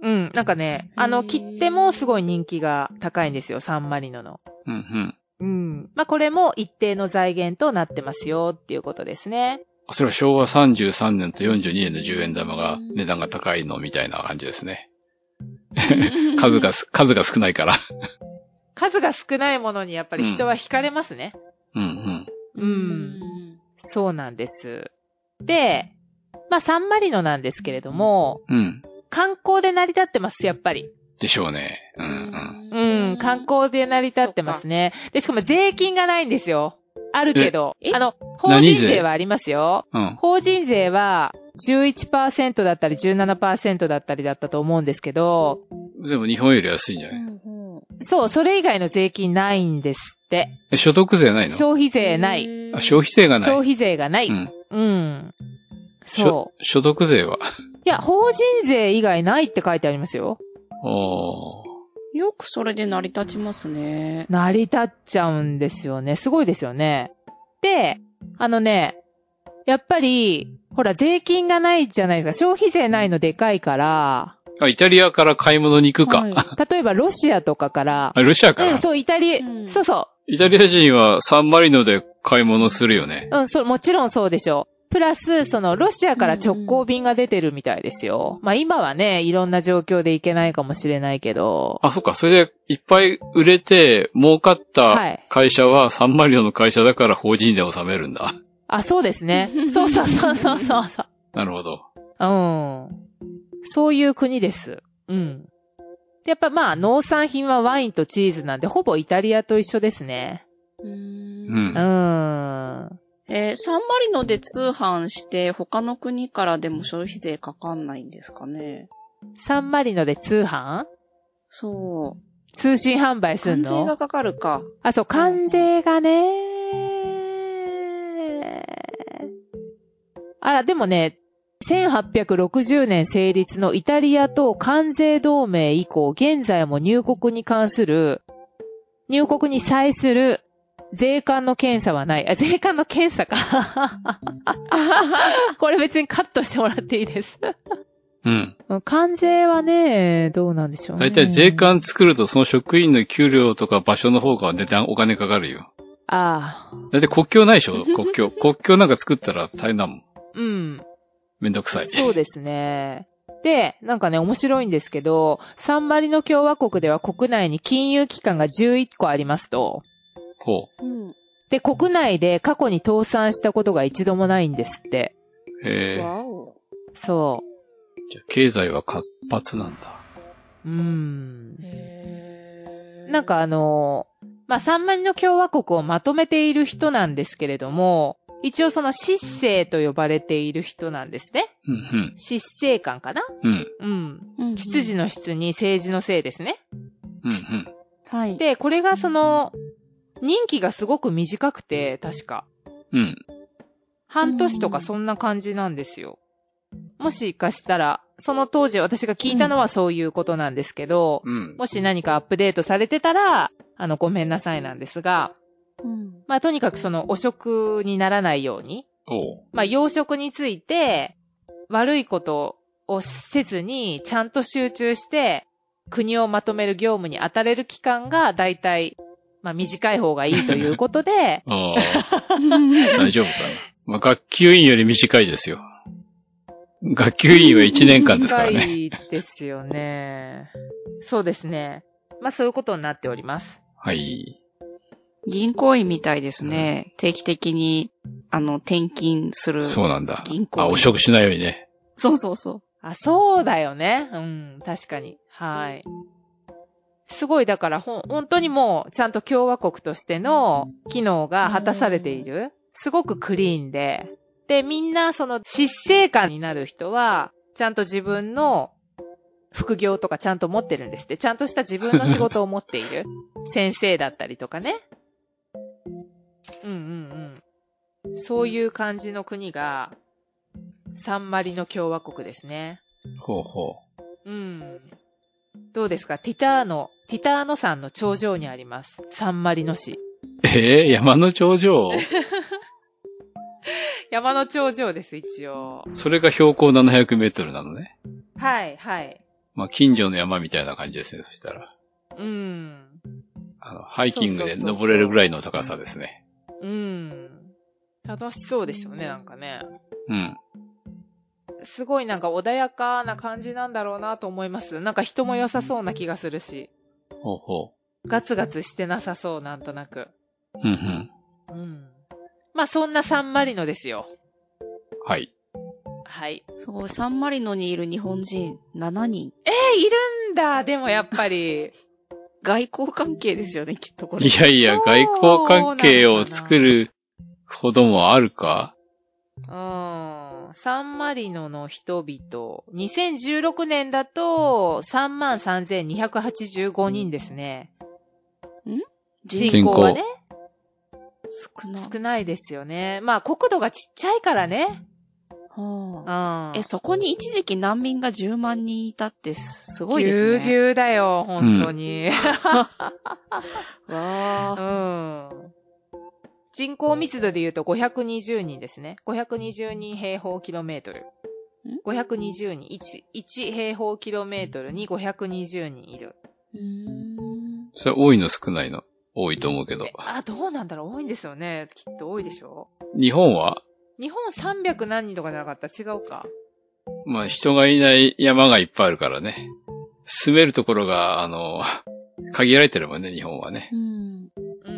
Speaker 2: うん。なんかね、あ
Speaker 4: へ
Speaker 2: の
Speaker 4: ー
Speaker 2: 切手もすごい人気が高いんですよ。サンマリノの。
Speaker 3: うんうん。
Speaker 2: うん。まあ、これも一定の財源となってますよっていうことですね。
Speaker 3: それは昭和33年と42年の10円玉が値段が高いのみたいな感じですね。数がす、数が少ないから。
Speaker 2: 数が少ないものにやっぱり人は惹かれますね。
Speaker 3: うん
Speaker 2: うんそうなんです。で、まあ、サンマリノなんですけれども、
Speaker 3: うん。うん。
Speaker 2: 観光で成り立ってます、やっぱり。
Speaker 3: でしょうね。うん
Speaker 2: うん、観光で成り立ってますね。で、しかも税金がないんですよ。あるけど。あの、法
Speaker 3: 何
Speaker 2: 人
Speaker 3: 税
Speaker 2: 税はありますよ。
Speaker 3: うん。うん。
Speaker 2: 法人税は11%だったり17%だったりだったと思うんですけど、
Speaker 3: でも日本より安いんじゃない
Speaker 2: そう、それ以外の税金ないんですって。
Speaker 3: え所得税ないの
Speaker 2: 消費税ない。
Speaker 3: あ消費税がない。
Speaker 2: 消費税がない。
Speaker 3: うん。
Speaker 2: うん。そう
Speaker 3: 所。所得税は。
Speaker 2: いや、法人税以外ないって書いてありますよ。
Speaker 3: おー
Speaker 4: よくそれで成り立ちますね。
Speaker 2: 成り立っちゃうんですよね。すごいですよね。で、あのね、やっぱり、ほら、税金がないじゃないですか。消費税ないのでかいから、
Speaker 3: あ、イタリアから買い物に行くか。
Speaker 4: はい
Speaker 2: 例えばロシアとかから、
Speaker 3: あ、ロシアか
Speaker 2: う
Speaker 3: ら、
Speaker 2: ん、そう、イタリア、
Speaker 4: うん
Speaker 2: そうそ
Speaker 3: イタリア人はサンマリノで買い物するよね。
Speaker 2: う、うん、そう、もちろんそうでしょう。プラス、その、ロシアから直行便が出てるみたいですよ。まあ今はね、いろんな状況で行けないかもしれないけど。
Speaker 3: あ、そっか。それで、いっぱい売れて、儲かった会社はサンマリノの会社だから法人税を納めるんだ。
Speaker 2: あ、そうです ね。そうそうそうそうそうそう。
Speaker 3: なるほど。
Speaker 2: うん。そういう国です。うん。でやっぱまあ、農産品はワインとチーズなんで、ほぼイタリアと一緒ですね。
Speaker 4: う
Speaker 3: うん
Speaker 2: う。ん。
Speaker 4: えーサンマリノで通販して、他の国からでも消費税かかんないんですかね。
Speaker 2: サンマリノで通販
Speaker 4: そう。
Speaker 2: 通信販売すん
Speaker 4: 関税が
Speaker 2: の
Speaker 4: かかるか。
Speaker 2: あ、そう、関税がね。あら、でもね、1860年成立のイタリアと関税同盟以降、現在も入国に関する、入国に際する税関の検査はない。あ、税関の検 査か。これ別にカットしてもらっていいです。
Speaker 3: うん。
Speaker 2: うん関税はね、どうなんでしょうね。
Speaker 3: だいたい税関作るとその職員の給料とか場所の方が値段お金かかるよ。
Speaker 2: ああ、
Speaker 3: だいたい国境ないで しょ国境。国境なんか作ったら大変だもん。
Speaker 2: うん。
Speaker 3: めんどくさい。
Speaker 2: そうですね。で、なんかね、面白いんですけど、サンマリノ共和国では国内に金融機関が11個ありますと。
Speaker 3: ほ
Speaker 4: うん。
Speaker 2: で、国内で過去に倒産したことが一度もないんですって。
Speaker 3: う。へえ。
Speaker 4: わお。
Speaker 2: そ
Speaker 3: じゃあ経済は活発なんだ。
Speaker 2: う。うーん。
Speaker 4: へー
Speaker 2: なん、かあの、まあ、サンマリノ共和国をまとめている人なんですけれども、一応その執政と呼ばれている人なんですね。
Speaker 3: うん、
Speaker 2: 執政官かな
Speaker 3: うん。うん、
Speaker 2: うん。
Speaker 4: うん
Speaker 2: 執事の質に政治のせいですね。
Speaker 3: うん、うん。
Speaker 4: はい。
Speaker 2: で、これがその、任期がすごく短くて、確か。
Speaker 3: うん。
Speaker 2: 半年とかそんな感じなんですよ。もしかしたら、その当時私が聞いたのはそういうことなんですけど、
Speaker 3: うん。
Speaker 2: もし何かアップデートされてたら、あの、ごめんなさいなんですが、
Speaker 4: うん。
Speaker 2: まあとにかくその、汚職にならないように、
Speaker 3: おう。、
Speaker 2: まあ養殖について、悪いことをせずに、ちゃんと集中して、国をまとめる業務に当たれる期間が、だいたい、まあ短い方がいいということで
Speaker 3: ああ、大丈夫かな。まあ、学級委員より短いですよ。学級委員は1年間ですから
Speaker 2: 短
Speaker 3: ね。
Speaker 2: いですよね。そうですね。まあそういうことになっております。
Speaker 3: はい。
Speaker 4: 銀行員みたいですね。定期的に、あの、転勤する。
Speaker 3: そうなんだ。
Speaker 4: 銀行
Speaker 3: あ、汚職しないようにね。
Speaker 4: そうそうそう。
Speaker 2: あ、そうだよね。うん、確かに。はい。すごい、だから、ほん、本当にもう、ちゃんと共和国としての機能が果たされている。すごくクリーンで。で、みんな、その、執政官になる人は、ちゃんと自分の副業とかちゃんと持ってるんですって。ちゃんとした自分の仕事を持ってい る。先生だったりとかね。うんうんうん。そういう感じの国が、サンマリノ共和国ですね。
Speaker 3: ほうほ
Speaker 2: うん。どうですかティターノ、ティターノ山の頂上にあります。サンマリノ市。
Speaker 3: う。ええ山の頂上
Speaker 2: 山の頂上です、一応。
Speaker 3: それが標高700メートルなのね。
Speaker 2: はい、はい。
Speaker 3: まあ、近所の山みたいな感じですね、そしたら。
Speaker 2: うん。
Speaker 3: あの、ハイキングで
Speaker 2: そうそうそうそう
Speaker 3: 登れるぐらいの高さですね。
Speaker 2: うん。楽しそうですよね、なんかね。
Speaker 3: うん。
Speaker 2: すごいなんか穏やかな感じなんだろうなと思います。なんか人も良さそうな気がするし。
Speaker 3: ほうほ
Speaker 2: ガツガツしてなさそう、なんとなく。
Speaker 3: う。うんうん。
Speaker 2: うん。まあ、そんなサンマリノですよ。
Speaker 3: はい。
Speaker 2: はい。
Speaker 4: すごい、サンマリノにいる日本人7人。
Speaker 2: えいるんだ、でもやっぱり。
Speaker 4: 外交関係ですよね、きっとこれ。
Speaker 3: いやいや、
Speaker 2: そう
Speaker 3: 外交関係を作るほどもあるか
Speaker 2: うん。サンマリノの人々。2016年だと、33,285人ですね。
Speaker 4: 人
Speaker 2: 人口はね、
Speaker 4: 少な。
Speaker 2: 少ないですよね。まあ、国土がちっちゃいからね。う
Speaker 4: はあ
Speaker 2: ん。
Speaker 4: え、そこに一時期難民が10万人いたってすすごい
Speaker 2: ぎ
Speaker 4: で
Speaker 2: ゅ
Speaker 4: す
Speaker 2: うぎ
Speaker 4: ね。
Speaker 2: ゅうだよ、本当に。う
Speaker 4: わあ。
Speaker 2: ん。人口密度で言うと520人ですね。520人平方キロメートル。520人。1、1平方キロメートルに520人いる。
Speaker 4: うーん
Speaker 3: それ多いの少ないの多いと思うけど
Speaker 2: え。あ、どうなんだろう多いんですよね。きっと多いでしょ
Speaker 3: 日本は
Speaker 2: 日本300何人とかじゃなかった違うか。
Speaker 3: まあ人がいない山がいっぱいあるからね。住めるところが、あの、 限られてるもんね、日本はね。
Speaker 4: うん。
Speaker 2: うんう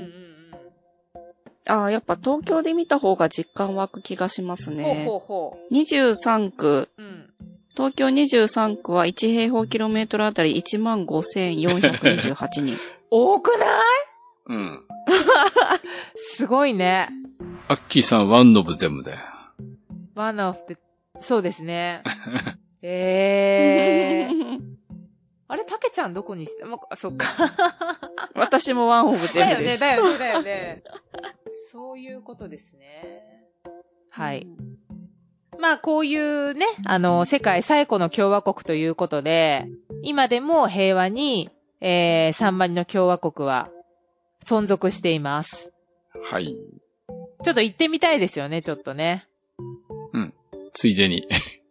Speaker 2: ん
Speaker 4: ああ、やっぱ東京で見た方が実感湧く気がします
Speaker 2: うん。
Speaker 4: ね。
Speaker 2: ほうほうほ
Speaker 4: 23区、
Speaker 2: う。うん。
Speaker 4: 東京23区は1平方キロメートルあたり15,428人。
Speaker 2: 多くない
Speaker 3: うん。
Speaker 2: すごいね。
Speaker 3: アッキーさんワンノブ全部だよ。
Speaker 2: ワンオフって、そうです ね。ええー。あれ、たけちゃんどこにして、まあ、そっか。
Speaker 4: 私もワンオブ全
Speaker 2: だ
Speaker 4: 部
Speaker 2: よ
Speaker 4: で
Speaker 2: ね、
Speaker 4: す。
Speaker 2: だよね、だよね。そういうことですね。はい。まあ、こういうね、あの、世界最古の共和国ということで、今でも平和に、えー、サンマリの共和国は存続しています。
Speaker 3: はい。
Speaker 2: ちょっと行ってみたいですよね、ちょっとね。
Speaker 3: ついでに。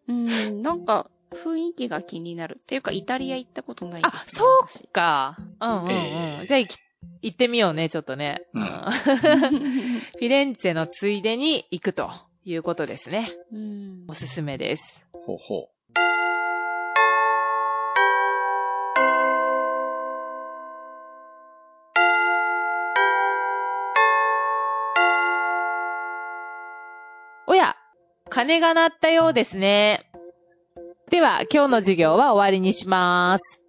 Speaker 4: うん。なんか、雰囲気が気になる。っていうか、イタリア行ったことないんです
Speaker 2: あ、
Speaker 4: よ
Speaker 2: そう
Speaker 4: 私
Speaker 2: か。うんうんうん。
Speaker 3: えー
Speaker 2: じゃあ行き、行ってみようね、ちょっとね。
Speaker 3: うん
Speaker 2: フィレンツェのついでに行くということですね。
Speaker 4: うん
Speaker 2: おすすめです。
Speaker 3: ほうほ
Speaker 2: おや、鐘が鳴ったようですね。では、今日の授業は終わりにします。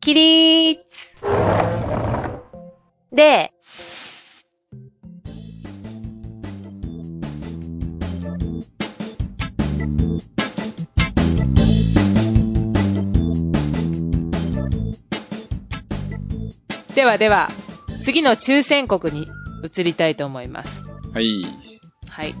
Speaker 2: 起立で、ではでは、次の抽選国に移りたいと思います。
Speaker 3: う。はい。
Speaker 2: はい。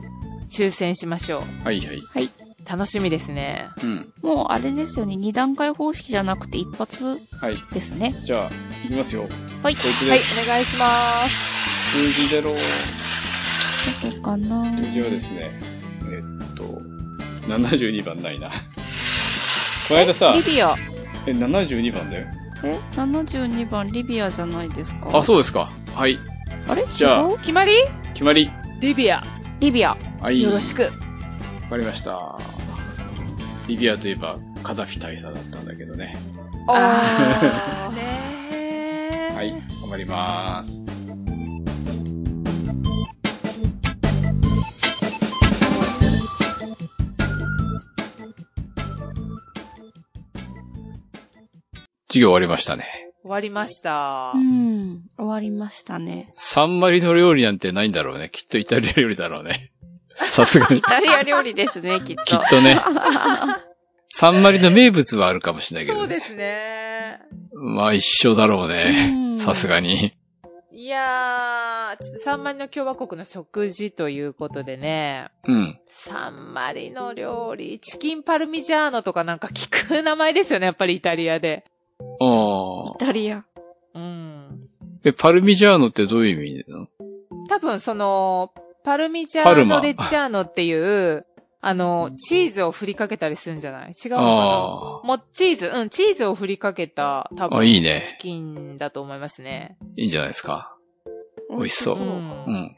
Speaker 2: 抽選しましょう。
Speaker 3: はいはい。
Speaker 2: 楽しみですね。
Speaker 3: うん。
Speaker 4: もうあれですよね。二段階方式じゃなくて一発
Speaker 3: はい。
Speaker 4: ですね。
Speaker 3: じゃあ、いきますよ。
Speaker 4: はい。
Speaker 3: こいつ
Speaker 2: はい、
Speaker 3: です。
Speaker 2: お願いします。
Speaker 3: 数字ゼロ。
Speaker 4: どこかな
Speaker 3: 数字はですね、えっと、72番ないな。この間さ、
Speaker 4: リビア。
Speaker 3: え、72番だよ。
Speaker 4: え ?72 番リビアじゃないですか。
Speaker 3: あ、そうですか。はい。
Speaker 4: あれ
Speaker 3: じゃあ
Speaker 4: 違う
Speaker 2: 決まり
Speaker 3: 決まり。
Speaker 2: リビア。
Speaker 4: リビア。
Speaker 3: はい。
Speaker 2: よろしく。
Speaker 3: わかりました。リビアといえば、カダフィ大佐だったんだけどね。
Speaker 2: あー。 ねー
Speaker 3: はい。頑張ります。授業終わりましたね。
Speaker 2: 終わりました
Speaker 4: う。ん。終わりましたね。
Speaker 3: サンマリの料理なんてないんだろうね。きっとイタリア料理だろ うね。さすがに
Speaker 4: イ。タリア料理です ね、き
Speaker 3: き
Speaker 4: っと
Speaker 3: っ。と ね。サンマリの名物はあるかもしれないけ
Speaker 2: そ
Speaker 3: ど、
Speaker 2: う
Speaker 3: ね
Speaker 2: で。すね。
Speaker 3: まあ一緒だろうね。さす
Speaker 4: が。
Speaker 3: がに。
Speaker 2: いやー、ちょっとサンマリの共和国の食事ということでね、
Speaker 3: うん。
Speaker 2: サンマリの料理、チキンパルミジャーノとかなんか聞く名前ですよね、やっぱりイタリアで。
Speaker 3: ああ
Speaker 4: イ。タリア。
Speaker 2: うん。
Speaker 3: え、パルミジャーノってどういう意味なの
Speaker 2: 多分その、パルミジャ
Speaker 3: パル
Speaker 2: ー
Speaker 3: マ
Speaker 2: ノレッジャーノっていう、あの、チーズを振りかけたりするんじゃない違うのかな
Speaker 3: あ
Speaker 2: もうチーズ、うん、チーズを振りかけた、多
Speaker 3: あ、
Speaker 2: 分、
Speaker 3: いいね。
Speaker 2: チキンだと思いますね。
Speaker 3: いいんじゃないですか。美
Speaker 4: 美
Speaker 3: 味しそう
Speaker 2: う。
Speaker 3: うんん。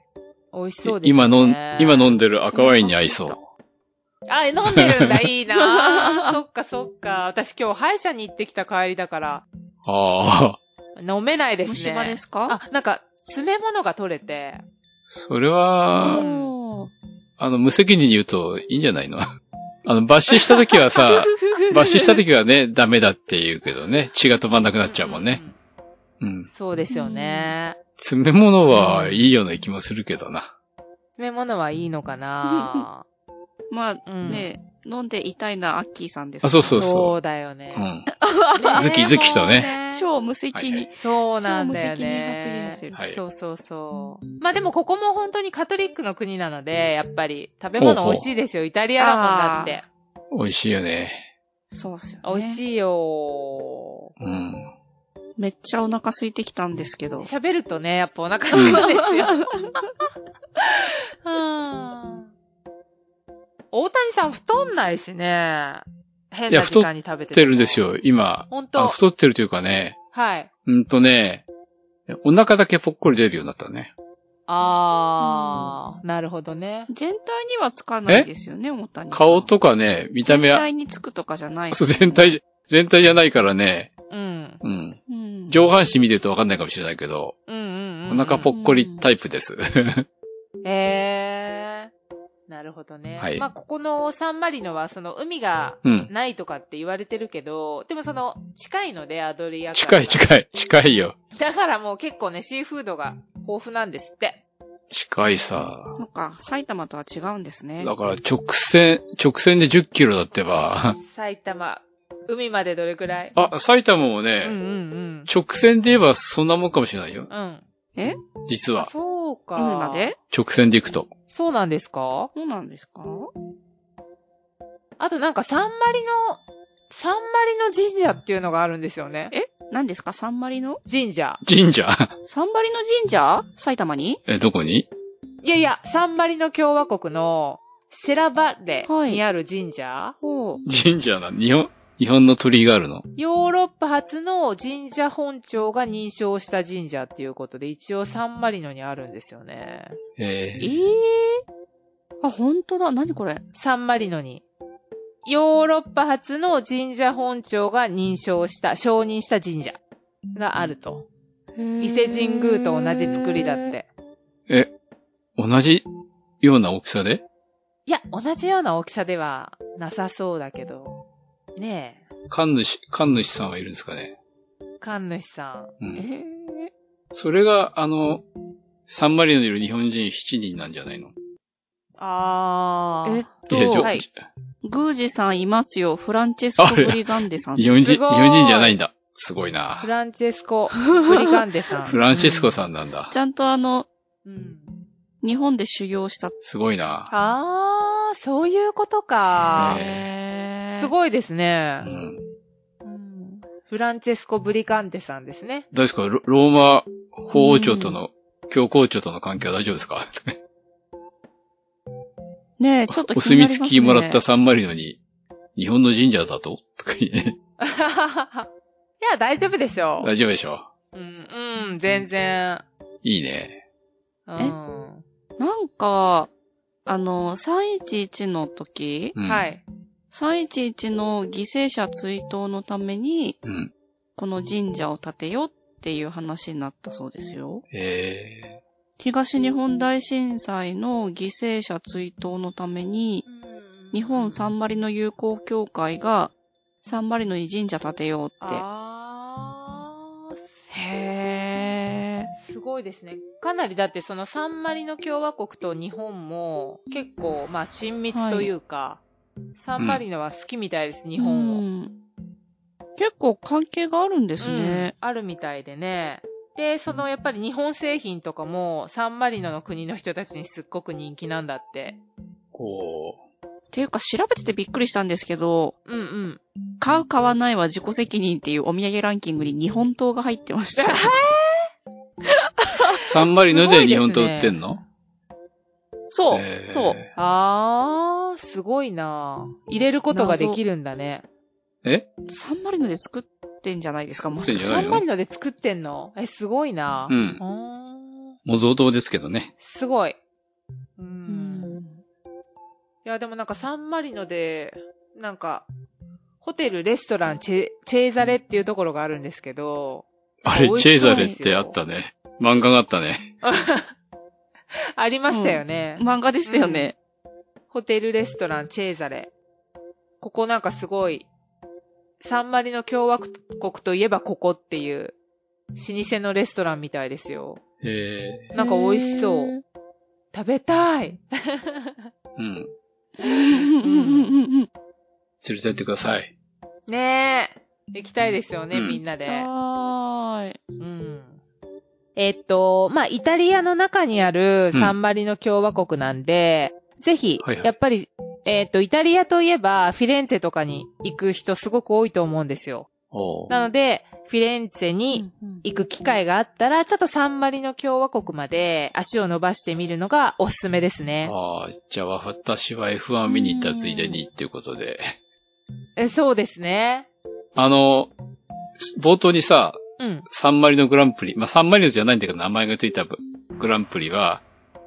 Speaker 2: 美味しそうです、ね。
Speaker 3: 今飲ん、今飲んでる赤ワインに合いそう。
Speaker 2: あ、飲んでるんだ、いい なそっかそっか。私今日歯医者に行ってきた帰りだから、
Speaker 3: ああ。
Speaker 2: 飲めないですね。
Speaker 4: 虫歯ですか
Speaker 2: あ、なんか、詰め物が取れて。
Speaker 3: それ
Speaker 2: う
Speaker 3: は、
Speaker 2: ん
Speaker 4: おー
Speaker 3: あの、無責任に言うといいんじ ゃないのあの、抜歯した時はさ、抜歯した時はね、ダメだって言うけどね、血が止まんなくなっちゃうもんね
Speaker 2: う。んうん
Speaker 3: うん。
Speaker 2: そうですよね。
Speaker 3: 詰め物はいいような気もするけどな。
Speaker 2: 詰め物はいいのか な
Speaker 4: ま
Speaker 2: う
Speaker 4: あ
Speaker 2: ん。
Speaker 4: ね、飲んでいたいなアッキーさんです。
Speaker 3: あ、そうそうそ
Speaker 2: だよ
Speaker 3: う。
Speaker 2: ね
Speaker 3: う。ん。
Speaker 2: ね
Speaker 3: ズキズキとね。
Speaker 2: もう
Speaker 4: 超無責
Speaker 3: はい
Speaker 4: 任。
Speaker 2: そうなんだよ
Speaker 4: 超無責任発言をす
Speaker 2: ね
Speaker 4: る。
Speaker 3: はい
Speaker 2: そうそうそう。まあでもここも本当にカトリックの国なので、やっぱり食べ物美味しいですよ。イタリアだもんだって。
Speaker 3: 美味しいよね。
Speaker 4: そうっすよね。
Speaker 2: 美味しいよ。
Speaker 3: うん。
Speaker 4: めっちゃお腹空いてきたんですけど。
Speaker 2: 喋るとね、やっぱお腹空くんですよ。 うん大谷さん太んないしね。変
Speaker 3: いや
Speaker 2: な時間に食べて
Speaker 3: 太ってるんです
Speaker 2: よ。
Speaker 3: よ、今。
Speaker 2: 本
Speaker 3: あ
Speaker 2: 当
Speaker 3: 太ってるというかね、
Speaker 2: はい。
Speaker 3: うんとね、お腹だけぽっこり出るようになったね。
Speaker 2: あー、なるほどね。
Speaker 4: 全体にはつかないですよね、大谷さん。
Speaker 3: 顔とかね、見た目
Speaker 4: 全
Speaker 3: は、
Speaker 4: 体につくとかじゃない。
Speaker 3: そう全体、全体じゃないからね、
Speaker 2: うん。
Speaker 3: うん。
Speaker 4: うん。
Speaker 3: 上半身見てるとわかんないかもしれないけど、
Speaker 2: うんうんうん
Speaker 3: お
Speaker 2: うん。
Speaker 3: 腹ぽっこりタイプです。
Speaker 2: えー。なるほどね。
Speaker 3: はい
Speaker 2: まあ、ここのサンマリノは、その、海が
Speaker 3: うん。
Speaker 2: ないとかって言われてるけど、でもその、近いので、アドリア海
Speaker 3: 近い近い、近いよ。
Speaker 2: だからもう結構ね、シーフードが豊富なんですって。
Speaker 3: 近いさ。
Speaker 4: なんか、埼玉とは違うんですね。
Speaker 3: だから直線、直線で10キロだってば、
Speaker 2: 埼玉、海までどれくらい
Speaker 3: あ、埼玉もね、
Speaker 2: うんうん
Speaker 3: 直線で言えばそんなもんかもしれないよ。
Speaker 2: うん。うん。
Speaker 3: 実
Speaker 2: あ
Speaker 3: は。
Speaker 2: そうか。
Speaker 4: 海まで
Speaker 3: 直線で行くと。
Speaker 2: そうなんですか
Speaker 4: そうなんですか
Speaker 2: あとなんかサンマリの、サンマリの神社っていうのがあるんですよね。
Speaker 4: え何ですかサンマリの
Speaker 2: 神社。
Speaker 3: 神社
Speaker 4: サンマリの神社埼玉に
Speaker 3: え、どこに
Speaker 2: いやいや、サンマリの共和国のセラバレ
Speaker 4: はい
Speaker 2: にある神社、
Speaker 4: ほう。
Speaker 3: 神社な、日本、日本の鳥居があるの。
Speaker 2: ヨーロッパ初の神社本庁が認証した神社っていうことで、一応サンマリノにあるんですよね。
Speaker 3: え
Speaker 4: え
Speaker 3: ー、
Speaker 4: えあ、ほんとだ。何これ
Speaker 2: サンマリノに、ヨーロッパ初の神社本庁が認証した、承認した神社があると。伊
Speaker 4: 伊
Speaker 2: 勢神宮と同じ作りだっ。て。
Speaker 3: 同じような大きさで
Speaker 2: いや、同じような大きさではなさそうだけど。ね
Speaker 3: 神主、神主さんはいるんですかね。
Speaker 2: え、神主さん。
Speaker 3: う
Speaker 4: え
Speaker 3: ん。
Speaker 4: ー
Speaker 3: それが、あの、サンマリノにいる日本人7人なんじゃないの
Speaker 2: あ
Speaker 4: えっ
Speaker 2: ー。
Speaker 4: と、
Speaker 3: いや、ちょ
Speaker 2: はい
Speaker 4: 宮司さんいますよ。フランチェスコ・ブリガンデさん。
Speaker 3: 日本人、
Speaker 2: す
Speaker 3: 日
Speaker 2: ごい
Speaker 3: 本人じゃないんだ。すごい
Speaker 2: フ
Speaker 3: な。
Speaker 2: ランチェスコ・ブリガンデさん。
Speaker 3: フランシスコ
Speaker 2: さ
Speaker 3: さんなんだ
Speaker 4: ち。ゃんとあの、
Speaker 2: ん。うん、
Speaker 4: 日本で修行した。
Speaker 3: すごいな。
Speaker 2: あー、そういうことか。
Speaker 4: へー
Speaker 2: すごいです
Speaker 3: う
Speaker 2: ね、
Speaker 3: ん。
Speaker 2: うん。フランチェスコ・ブリガンデさんですね。
Speaker 3: 大丈夫ですかロローマ法王庁との、教皇庁との関係は大丈夫ですか
Speaker 4: ねえ、ちょっと
Speaker 3: お
Speaker 4: 気に
Speaker 3: 墨
Speaker 4: なります、ね、
Speaker 3: 付きもらったサンマリノに、日本の神社だととか言え
Speaker 2: いや、大丈夫でしょ
Speaker 3: 大丈夫でしょ
Speaker 2: う。うん、うん、全然。
Speaker 3: う。いいね。
Speaker 2: うん。
Speaker 4: なんか、あの、311の時、
Speaker 3: うん、
Speaker 2: はい。
Speaker 4: 311の犠牲者追悼のために、
Speaker 3: うん。
Speaker 4: この神社を建てようっていう話になったそうですよ。
Speaker 3: え
Speaker 4: 東日本大震災の犠牲者追悼のために、日本サンマリノ友好協会がサンマリノに神社建てようって。
Speaker 2: あー、
Speaker 4: へー。
Speaker 2: すごいですね。かなりだってそのサンマリの共和国と日本も結構まあ親密というか、サンマリノは好きみたいです、日本を。
Speaker 4: うん結構関係があるんですね。
Speaker 2: うんあるみたいでね。で、そのやっぱり日本製品とかもサンマリノの国の人たちにすっごく人気なんだって。
Speaker 3: ー、こ
Speaker 4: っていうか調べててびっくりしたんですけど、
Speaker 2: うんうん。
Speaker 4: 買う買わないは自己責任っていうお土産ランキングに日本刀が入ってました。
Speaker 3: う、サンマリ
Speaker 2: す
Speaker 3: ノ
Speaker 2: ご
Speaker 3: で
Speaker 2: いで
Speaker 3: 日
Speaker 2: すね
Speaker 3: 本刀売ってんの、
Speaker 4: そう、
Speaker 3: えー
Speaker 4: そう。
Speaker 2: あー、すごいな入れることができるんだね。
Speaker 3: え
Speaker 4: サンマリノで作ってんじゃないですか、も
Speaker 3: 作
Speaker 4: し
Speaker 3: って
Speaker 4: か
Speaker 3: んじ
Speaker 4: し
Speaker 3: ゃ
Speaker 4: た
Speaker 2: サ
Speaker 3: な
Speaker 4: ら
Speaker 3: い
Speaker 2: ン
Speaker 3: の
Speaker 2: マリノで作ってんのえ、すごいな
Speaker 3: う。
Speaker 2: うんーん。
Speaker 3: 模造刀ですけどね。
Speaker 2: すごい。うー。
Speaker 4: うんん
Speaker 2: いや、でもなんかサンマリノで、なんか、ホテル、レストランチェ、チェーザレっていうところがあるんですけど、
Speaker 3: あれ、
Speaker 2: 美味
Speaker 3: チェ
Speaker 2: し
Speaker 3: ー
Speaker 2: そう
Speaker 3: ザ
Speaker 2: で
Speaker 3: レ
Speaker 2: すよ
Speaker 3: ってあったね。漫画があったね。
Speaker 2: ありましたよね。
Speaker 4: 漫画ですよね。
Speaker 2: ホテルレストランチェーザレ。ここなんかすごい、サンマリノ共和国といえばここっていう、老舗のレストランみたいですよ。
Speaker 3: え
Speaker 2: なんか美味しそう
Speaker 4: へー。
Speaker 2: 食べたい
Speaker 3: ー、うん。
Speaker 4: うん
Speaker 3: 連れてってください。
Speaker 2: ねえ。行きたいですよね、
Speaker 3: うん
Speaker 2: みんなで。
Speaker 4: はーい。
Speaker 2: うんえっと、まあ、イタリアの中にある
Speaker 3: うん
Speaker 2: サンマリノ共和国なんで、ぜひ、
Speaker 3: はいはい
Speaker 2: やっぱり、えっと、イタリアといえば、フィレンツェとかに行く人すごく多いと思うんですよ。
Speaker 3: おー
Speaker 2: なので、フィレンツェに行く機会があったら、ちょっとサンマリノ共和国まで足を伸ばしてみるのがおすすめですね。
Speaker 3: ああ、じゃあ私は F1 見に行ったついでにっていうことで。
Speaker 2: えそうですね。
Speaker 3: あの、冒頭にさ、
Speaker 2: うん。
Speaker 3: サンマリノグランプリ。まあ、サンマリノじゃないんだけど名前がついたぶグランプリは、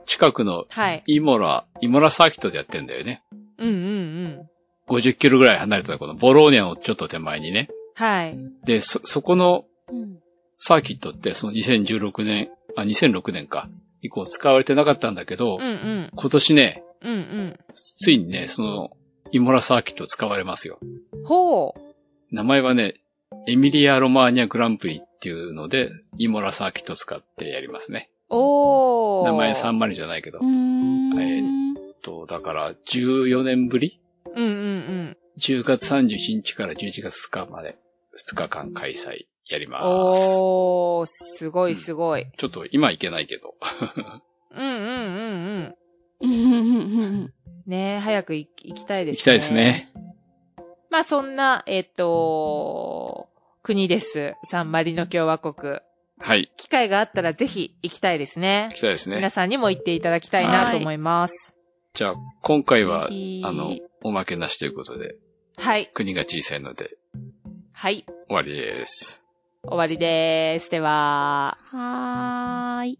Speaker 3: 近くの
Speaker 2: はい。
Speaker 3: イモラ、イモラサーキットでやってんだよね。
Speaker 2: うんうんうん。
Speaker 3: 50キロぐらい離れたところ、ボローニャのちょっと手前にね。
Speaker 2: はい。
Speaker 3: で、そ、そこの
Speaker 4: うん。
Speaker 3: サーキットって、その2016年、あ、2006年か、以降使われてなかったんだけど、
Speaker 2: うんうん。
Speaker 3: 今年ね、
Speaker 2: うん
Speaker 3: つついにね、その、イモラサーキット使われますよ。
Speaker 2: うん。ほう。
Speaker 3: 名前はね、エミリア・ロマーニャ・グランプリっていうので、イモラサーキット使ってやりますね。
Speaker 2: おー。
Speaker 3: 名前サンマリンじゃないけど
Speaker 4: う。ん。
Speaker 3: ええっと、だから、14年ぶり
Speaker 2: うんうんうん。
Speaker 3: 10月31日から11月2日まで2日間開催やります。
Speaker 2: おー、すごいすごい。
Speaker 3: ちょっと今いけないけど。
Speaker 2: うんうんうんうん。
Speaker 4: うん
Speaker 2: ねえ、早く行き行きたいですね。
Speaker 3: 行きたいですね。
Speaker 2: まあそんな、えっ、と、国です。サンマリノ共和国。
Speaker 3: はい。
Speaker 2: 機会があったらぜひ行きたいですね
Speaker 3: 行。きたいです
Speaker 2: 皆
Speaker 3: ね。
Speaker 2: さんにも行っていただきたいなと思います。
Speaker 3: じゃあ、今回は、
Speaker 4: ぜひ
Speaker 3: あの、おまけなしということで、
Speaker 2: はい。
Speaker 3: 国が小さいので
Speaker 2: はい。
Speaker 3: 終わりです。
Speaker 2: 終わりでーす。では。
Speaker 4: はーい。